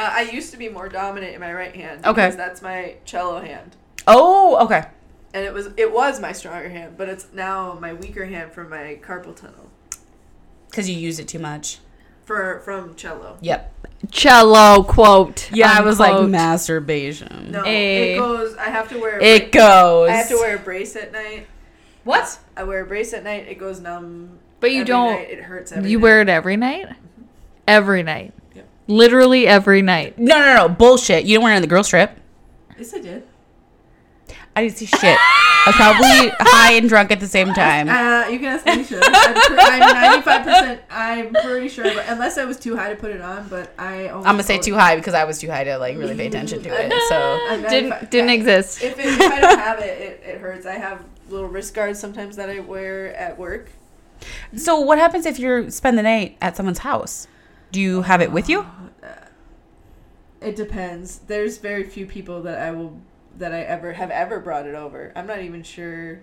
S3: I used to be more dominant in my right hand.
S2: Okay.
S3: because that's my cello hand,
S2: oh, okay.
S3: and it was it was my stronger hand, but it's now my weaker hand from my carpal tunnel
S2: Because you use it too much.
S3: for from cello.
S2: Yep.
S1: Cello quote.
S2: Yeah, I was like
S1: unquote.
S2: masturbation.
S3: No,
S1: Eh.
S3: it goes. I have to wear. A
S2: It
S3: bra-
S2: goes.
S3: I have to wear a brace at night.
S2: what?
S3: I wear a brace at night. It goes numb.
S1: But you
S3: every
S1: don't-
S3: night, It hurts. Every
S1: you
S3: night.
S1: wear it every night? Mm-hmm. Every night.
S3: Yep.
S1: Literally every night.
S2: No, no, no, bullshit. You didn't wear it on the girl strip.
S3: Yes, I did.
S2: I didn't see shit. I was probably high and drunk at the same time.
S3: Uh, you can ask Alicia. I'm, pre- I'm 95. percent I'm pretty sure, but unless I was too high to put it on, but I. Only
S2: I'm gonna say too high because I was too high to like really pay attention to it. So
S1: Didn't didn't exist.
S3: If, it, if I don't have it, it, it hurts. I have little wrist guards sometimes that I wear at work.
S2: So what happens if you spend the night at someone's house? Do you have it with you?
S3: It depends. There's very few people that I will that I ever have ever brought it over. I'm not even sure.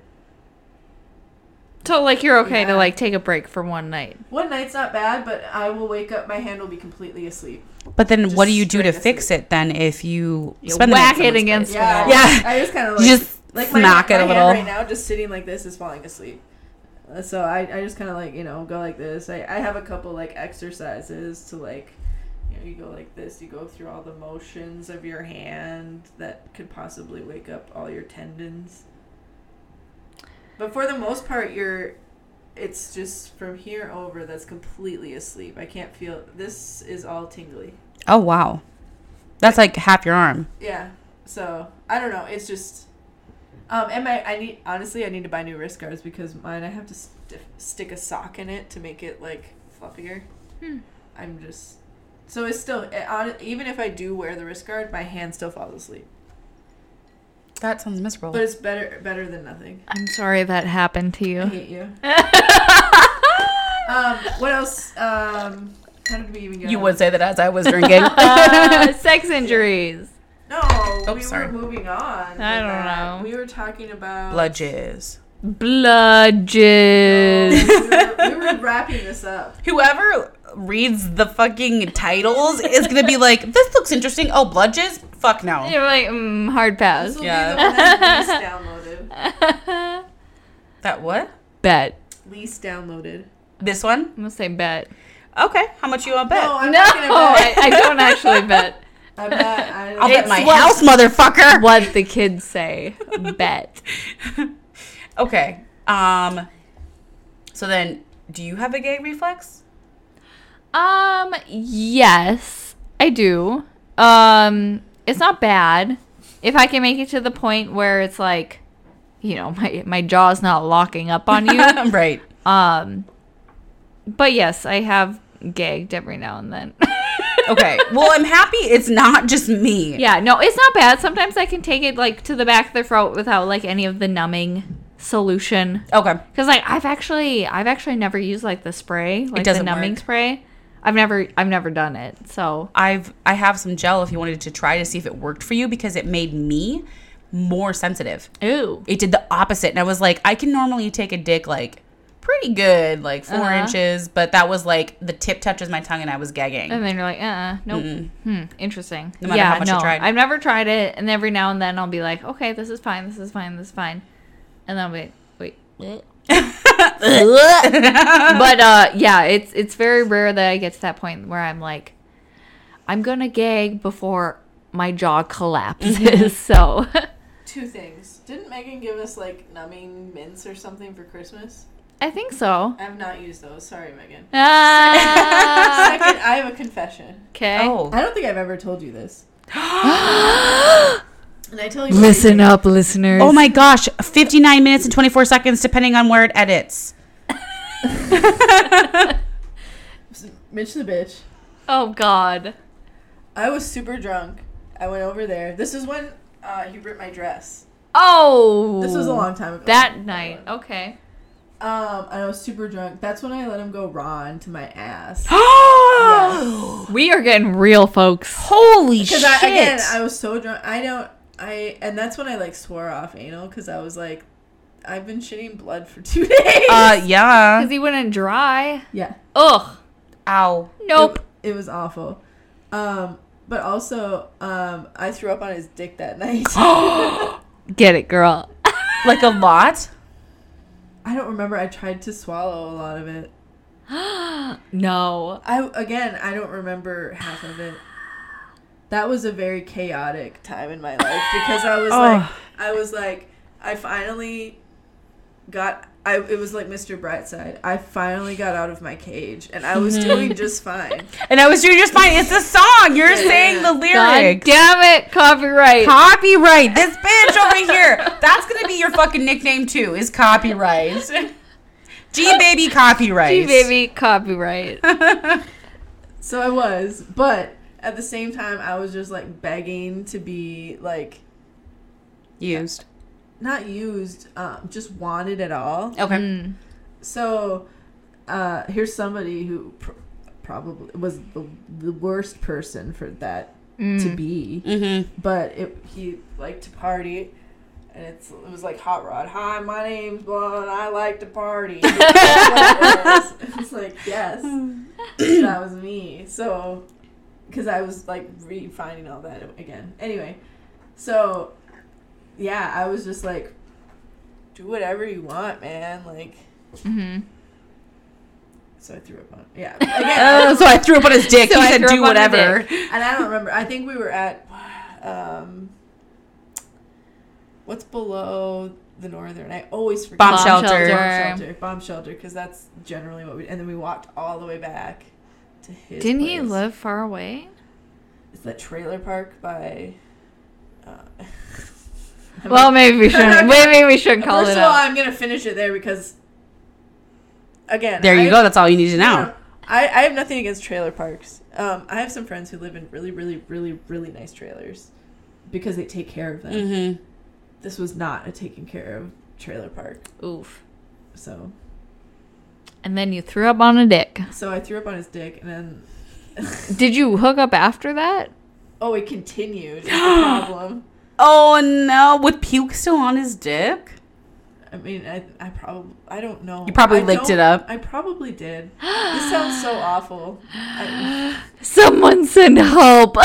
S1: So like you're okay
S3: Yeah.
S1: to like take a break for one night.
S3: One night's not bad, but I will wake up. My hand will be completely asleep.
S2: But then
S3: Just
S2: what do you do to
S3: straight asleep.
S2: fix it then if you,
S1: You
S2: spend
S1: whack
S2: the
S1: it
S2: night at someone's
S1: against the
S3: Yeah,
S1: wall.
S2: Yeah.
S3: I just kind of
S2: place?
S3: like
S2: You just
S3: like my,
S2: smack
S3: my
S2: it a
S3: hand
S2: little.
S3: right now, just sitting like this is falling asleep. Uh, So I, I just kind of like you know go like this. I, I have a couple like exercises to like you know you go like this. You go through all the motions of your hand that could possibly wake up all your tendons. But for the most part, you're it's just from here over that's completely asleep. I can't feel this is all tingly.
S2: oh wow, that's like half your arm.
S3: Yeah. So I don't know. It's just, um, and my I need honestly I need to buy new wrist guards because mine I have to st- stick a sock in it to make it like fluffier. I'm just so it's still it, on, even if I do wear the wrist guard, my hand still falls asleep.
S2: That sounds miserable.
S3: But it's better better than nothing.
S1: I'm sorry that happened to
S3: I
S1: you.
S3: hate you. um, what else? Um, how did we even get?
S2: you
S3: on?
S2: would say that as I was drinking.
S1: Uh, sex injuries.
S3: No, we
S2: sorry.
S3: were moving on.
S1: I
S3: with
S1: don't
S3: that.
S1: know.
S3: We were talking about
S2: Bludges.
S1: Bludges.
S3: we, were, we were wrapping this up.
S2: Whoever reads the fucking titles is gonna be like, this looks interesting. Oh, bludges? Fuck no.
S1: You're like mm, hard
S3: This
S1: pass.
S3: will
S2: Yeah.
S3: be the one that's least downloaded.
S2: That what?
S1: bet.
S3: Least downloaded.
S2: This one?
S1: I'm gonna say bet.
S2: Okay. How much you want to bet?
S3: No, I'm
S1: No,
S3: not gonna
S1: I,
S3: bet.
S1: I don't actually bet.
S3: I'm not. I,
S2: I'll bet
S1: It's
S2: my
S1: what-
S2: house, motherfucker.
S1: What the kids say. Bet.
S2: Okay. Um. So then, do you have a gay reflex?
S1: Um, yes, I do. Um, it's not bad. If I can make it to the point where it's like, you know, my my jaw's not locking up on you.
S2: right.
S1: um, but yes, I have gagged every now and then.
S2: Okay. Well, I'm happy it's not just me.
S1: yeah, no, it's not bad. Sometimes I can take it like to the back of the throat without like any of the numbing solution.
S2: Okay.
S1: Cause like I've actually I've actually never used like the spray, like the
S2: doesn't
S1: numbing
S2: work.
S1: spray. I've never I've never done it. So
S2: I've I have some gel if you wanted to try to see if it worked for you because it made me more sensitive.
S1: ooh.
S2: It did the opposite, and I was like, I can normally take a dick like pretty good, like 4
S1: Uh-huh.
S2: inches, but that was like the tip touches my tongue and I was gagging.
S1: And then you're like, uh, uh nope. Hmm, interesting.
S2: No matter
S1: yeah,
S2: how much you
S1: no,
S2: tried.
S1: I've never tried it, and every now and then I'll be like, okay, this is fine, this is fine, this is fine, and then I'll be wait. what? but uh, yeah, it's it's very rare that I get to that point where I'm like, I'm gonna gag before my jaw
S2: Mm-hmm.
S1: collapses. so
S3: two things. Didn't Megan give us like numbing mints or something for Christmas?
S1: I think so.
S3: I have not used those. Sorry, Megan.
S1: Ah,
S3: Second, I have a confession.
S1: okay.
S2: oh,
S3: I don't think I've ever told you this. and I tell you.
S1: Listen up, listeners.
S2: oh my gosh, 59 minutes and 24 seconds, depending on where it edits.
S3: Mitch the bitch.
S1: Oh god.
S3: I was super drunk. I went over there. This is when uh, he ripped my dress.
S1: Oh.
S3: This was a long time ago.
S1: That night. Okay.
S3: Um, and I was super drunk. That's when I let him go raw into my ass.
S2: Oh,
S1: We are getting real, folks.
S2: holy shit!
S3: Because I, again, I was so drunk. I don't. I and that's when I like swore off anal because I was like, I've been shitting blood for two days.
S2: uh, yeah.
S1: Because he wouldn't dry.
S3: yeah.
S1: Ugh.
S2: Ow.
S1: Nope.
S3: It, it was awful. Um, but also, um, I threw up on his dick that night.
S1: Get it, girl.
S2: Like a lot.
S3: I don't remember. I tried to swallow a lot of it.
S1: No.
S3: I again, I don't remember half of it. That was a very chaotic time in my life because I was like,
S2: Oh.
S3: I was like, I finally got. I it was like Mr. Brightside. I finally got out of my cage, and I was doing just fine.
S2: And I was doing just fine. It's a song. You're saying the
S1: God
S2: lyrics.
S1: damn it. Copyright.
S2: Copyright. This bitch over here. That's gonna be your fucking nickname too. Is copyright. G baby copyright.
S1: Gee, baby. Copyright.
S3: So I was, but at the same time, I was just like begging to be like
S2: Used.
S3: not used, um, just wanted at all.
S2: Okay.
S1: Mm.
S3: So, uh, here's somebody who pr- probably was the, the worst person for that
S1: Mm. Hmm.
S3: to be,
S2: Mm-hmm.
S3: but it, he liked to party. And it's, it was like hot rod. Hi, my name's blah, and I like to party. That's what it was. It's like yes, that was me. So, because I was like refining all that again. Anyway, so yeah, I was just like, do whatever you want, man. Like,
S1: Mhm.
S3: so I threw up on. Yeah. Again,
S2: Oh, so I threw up on his dick.
S1: So
S2: he
S1: I
S2: said,
S1: threw
S2: "Do
S1: up on the
S2: whatever."
S3: and I don't remember. I think we were at um, what's below the northern. I always forget.
S2: Bomb
S1: Bomb
S2: shelter.
S1: shelter.
S3: Bomb shelter. Bomb shelter. Because that's generally what we. And then we walked all the way back to his.
S1: Didn't he
S3: place.
S1: live far away?
S3: It's that trailer park by. Uh,
S1: Well, maybe we shouldn't. Maybe we shouldn't call
S3: first
S1: it
S3: of all,
S1: up.
S3: I'm gonna finish it there because. Again,
S2: There you
S3: I-
S2: go. That's all you need to know.
S3: Um, I, I have nothing against trailer parks. Um, I have some friends who live in really, really, really, really nice trailers because they take care of them.
S1: Mm.
S2: Mm-hmm.
S3: This was not a taken care of trailer park.
S1: Oof.
S3: So
S1: And then you threw up on a dick.
S3: so I threw up on his dick and then
S1: Did you hook up after that?
S3: oh it continued. It's the problem.
S2: Oh no! With puke still on his dick.
S3: I mean I I probably I don't know.
S2: You probably
S3: I
S2: licked
S3: don't-
S2: it up.
S3: I probably did. this sounds so awful. I,
S1: Someone send help.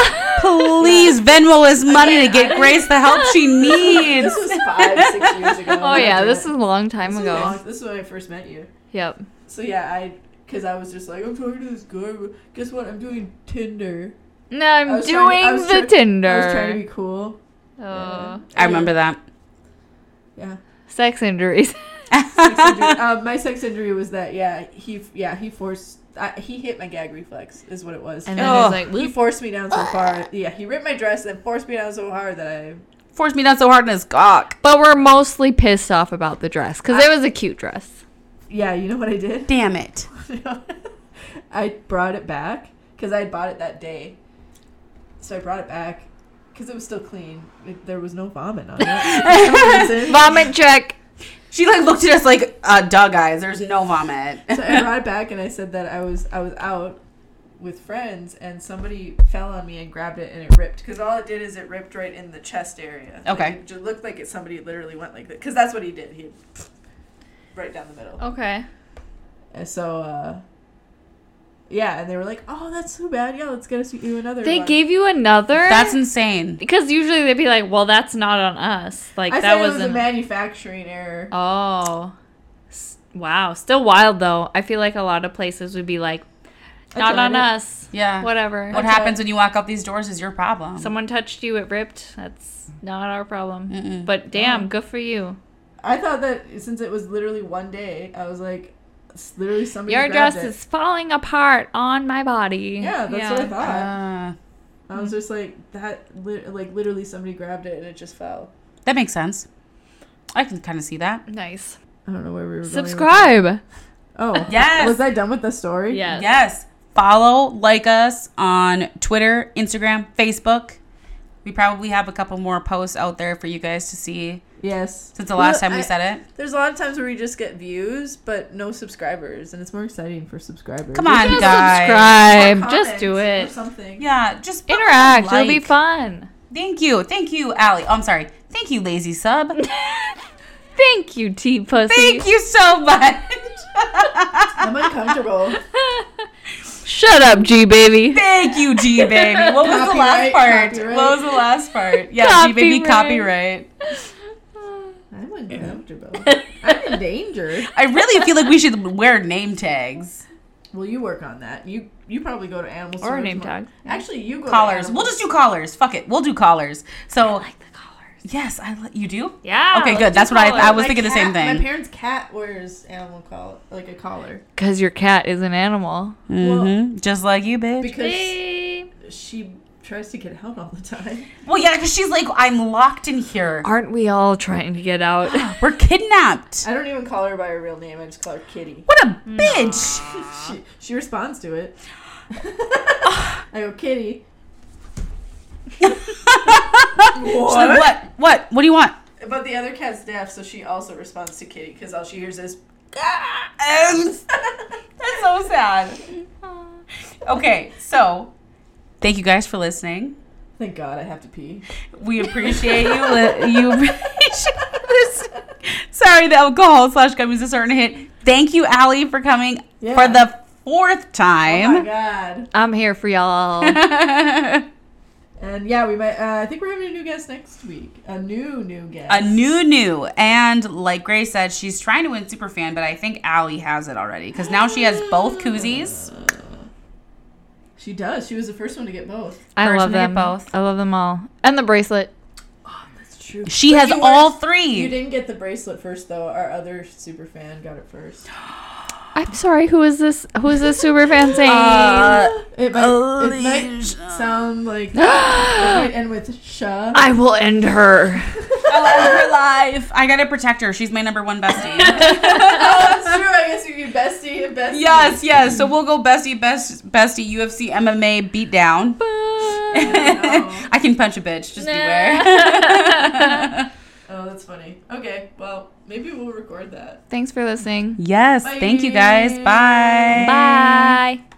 S2: Please Venmo his money
S3: Again,
S2: to get
S3: I-
S2: Grace the help she
S3: this
S2: needs.
S3: was five six years ago.
S1: oh yeah, this is a long time
S3: time
S1: ago.
S3: This is when I first met you.
S1: Yep.
S3: So yeah, I because I was just like, I'm talking to this guy. but Guess what? I'm doing Tinder.
S1: No, I'm
S3: I was trying to-
S1: doing
S3: I was
S1: the
S3: trying-
S1: Tinder.
S3: I was trying to be cool.
S1: Uh,
S2: I remember that.
S3: Yeah.
S1: sex injuries.
S3: Sex injury. um, my sex injury was that. Yeah, he. Yeah, he forced. I, he hit my gag reflex. Is what it was.
S1: And then
S2: Oh.
S1: he's like,
S3: he
S1: "Whoop."
S3: forced me down so far. Yeah, he ripped my dress and forced me down so hard that I.
S2: Forced me down so hard in his cock.
S1: but we're mostly pissed off about the dress because it was a cute dress.
S3: Yeah, you know what I did?
S2: Damn it.
S3: I brought it back because I had bought it that day. So I brought it back because it was still clean. It, there was no vomit on it. For some reason.
S1: Vomit check.
S2: She like looked at us like, uh, "Duh, guys, there's no vomit."
S3: so I brought it back and I said that I was I was out with friends and somebody fell on me and grabbed it and it ripped because all it did is it ripped right in the chest area. Like,
S2: Okay.
S3: it just looked like it somebody literally went like that because that's what he did. He right down the middle.
S1: Okay.
S3: And so uh, yeah, and they were like, "Oh, that's too bad. Yeah, let's get us you another."
S1: They
S3: one."
S1: gave you another.
S2: That's insane.
S1: because usually they'd be like, "Well, that's not on us." Like
S3: I
S1: that
S3: said it was
S1: wasn't.
S3: a manufacturing error.
S1: Oh. S- Wow. Still wild though. I feel like a lot of places would be like,
S3: I
S1: not on
S3: tried it.
S1: us.
S2: Yeah.
S1: Whatever.
S2: What
S3: Okay.
S2: happens when you walk out these doors is your problem.
S1: Someone touched you, it ripped. That's not our problem.
S2: Mm-mm.
S1: But damn, good for you.
S3: I thought that since it was literally one day, I was like, "It's literally somebody."
S1: Your
S3: grabbed
S1: dress
S3: it."
S1: is falling apart on my body.
S3: Yeah, that's what I thought.
S2: Uh,
S3: I was just like that, li- like literally somebody grabbed it and it just fell.
S2: that makes sense. I can kind of see that.
S1: Nice.
S3: I don't know where we were.
S1: Subscribe.
S3: Going with- oh,
S2: Yes.
S3: Was I done with the story?
S1: Yes.
S2: Yes. Follow, like us on Twitter, Instagram, Facebook. We probably have a couple more posts out there for you guys to see.
S3: Yes.
S2: Since the last
S3: Well,
S2: time we
S3: I-
S2: said it.
S3: There's a lot of times where we just get views, but no subscribers, and it's more exciting for subscribers.
S2: Come on,
S1: Just
S2: guys.
S1: subscribe. Just do
S3: Or
S1: it.
S3: something.
S2: Yeah, just put a
S1: Interact. It'll be
S2: like.
S1: fun.
S2: Thank you, thank you, Allie. Oh, I'm sorry. Thank you, lazy sub.
S1: Thank you, T Pussy.
S2: thank you so much.
S3: I'm uncomfortable.
S1: Shut up, G baby.
S2: thank you, G baby. What was the last
S3: Copyright,
S2: part?
S3: copyright.
S2: What was the last part? Yeah, G baby
S1: Copyright.
S2: copyright.
S3: I'm uncomfortable. I'm in danger.
S2: I really feel like we should wear name tags,
S3: Well, you work on that. You you probably go to animal
S1: Or a
S3: stores
S1: name
S3: more-
S1: tag.
S3: Actually, you go
S2: collars.
S3: To
S2: We'll
S3: animal-
S2: just do collars. Fuck it, we'll do collars. So
S1: like the collars.
S2: yes, I li- you do.
S1: Yeah.
S2: Okay, good. That's what I- I was-
S3: My
S2: thinking the
S3: cat-
S2: same thing.
S3: My parents' cat wears animal collar, like a collar,
S1: Because your cat is an animal.
S2: Mhm, Just like you, bitch.
S3: because
S1: Beep.
S3: she tries to get out all the time.
S2: Well, yeah, because she's like, I'm locked in here.
S1: Aren't we all trying to get out?
S2: We're kidnapped.
S3: I don't even call her by her real name. I just call her Kitty.
S2: What a bitch.
S3: She she responds to it. I go Kitty.
S2: She's like,
S3: what?
S2: what? What? What do you want?
S3: But the other cat's deaf, so she also responds to Kitty because all she hears is
S2: That's so sad. Okay, so thank you guys for listening.
S3: Thank God I have to pee.
S2: We appreciate you. li- you appreciate this. Sorry, the alcohol slash gummies is starting to hit. Thank you, Allie, for coming
S3: Yeah.
S2: for the fourth
S3: Oh my
S2: time.
S3: God.
S1: I'm here for y'all.
S3: Oh And yeah, we might. Uh, I think we're having a new guest next week. A new new guest.
S2: a new new and like grace said she's trying to win super fan but i think allie has it already because now she has both koozies
S3: she does. She was the first one to get both.
S1: I
S2: Person
S1: love
S2: to get
S1: them.
S2: both.
S1: I love them all. And the bracelet.
S3: Oh, that's true.
S2: she
S3: But
S2: has
S3: you
S2: all
S3: weren't- You
S2: three
S3: didn't get the bracelet first though. Our other super fan got it first.
S1: I'm sorry. Who is this? Who is this super fan saying?
S2: uh,
S3: It might, it might sound like it might end with sha.
S1: I will end her.
S3: Oh,
S2: her life i gotta protect her she's my number one bestie
S3: oh, that's true. I guess you could be bestie and bestie.
S2: yes yes so we'll go bestie best bestie ufc mma beat down i can punch a bitch just beware
S3: Oh, that's funny. Okay, well, maybe we'll record that.
S1: Thanks for listening.
S2: yes thank you guys bye
S1: Bye.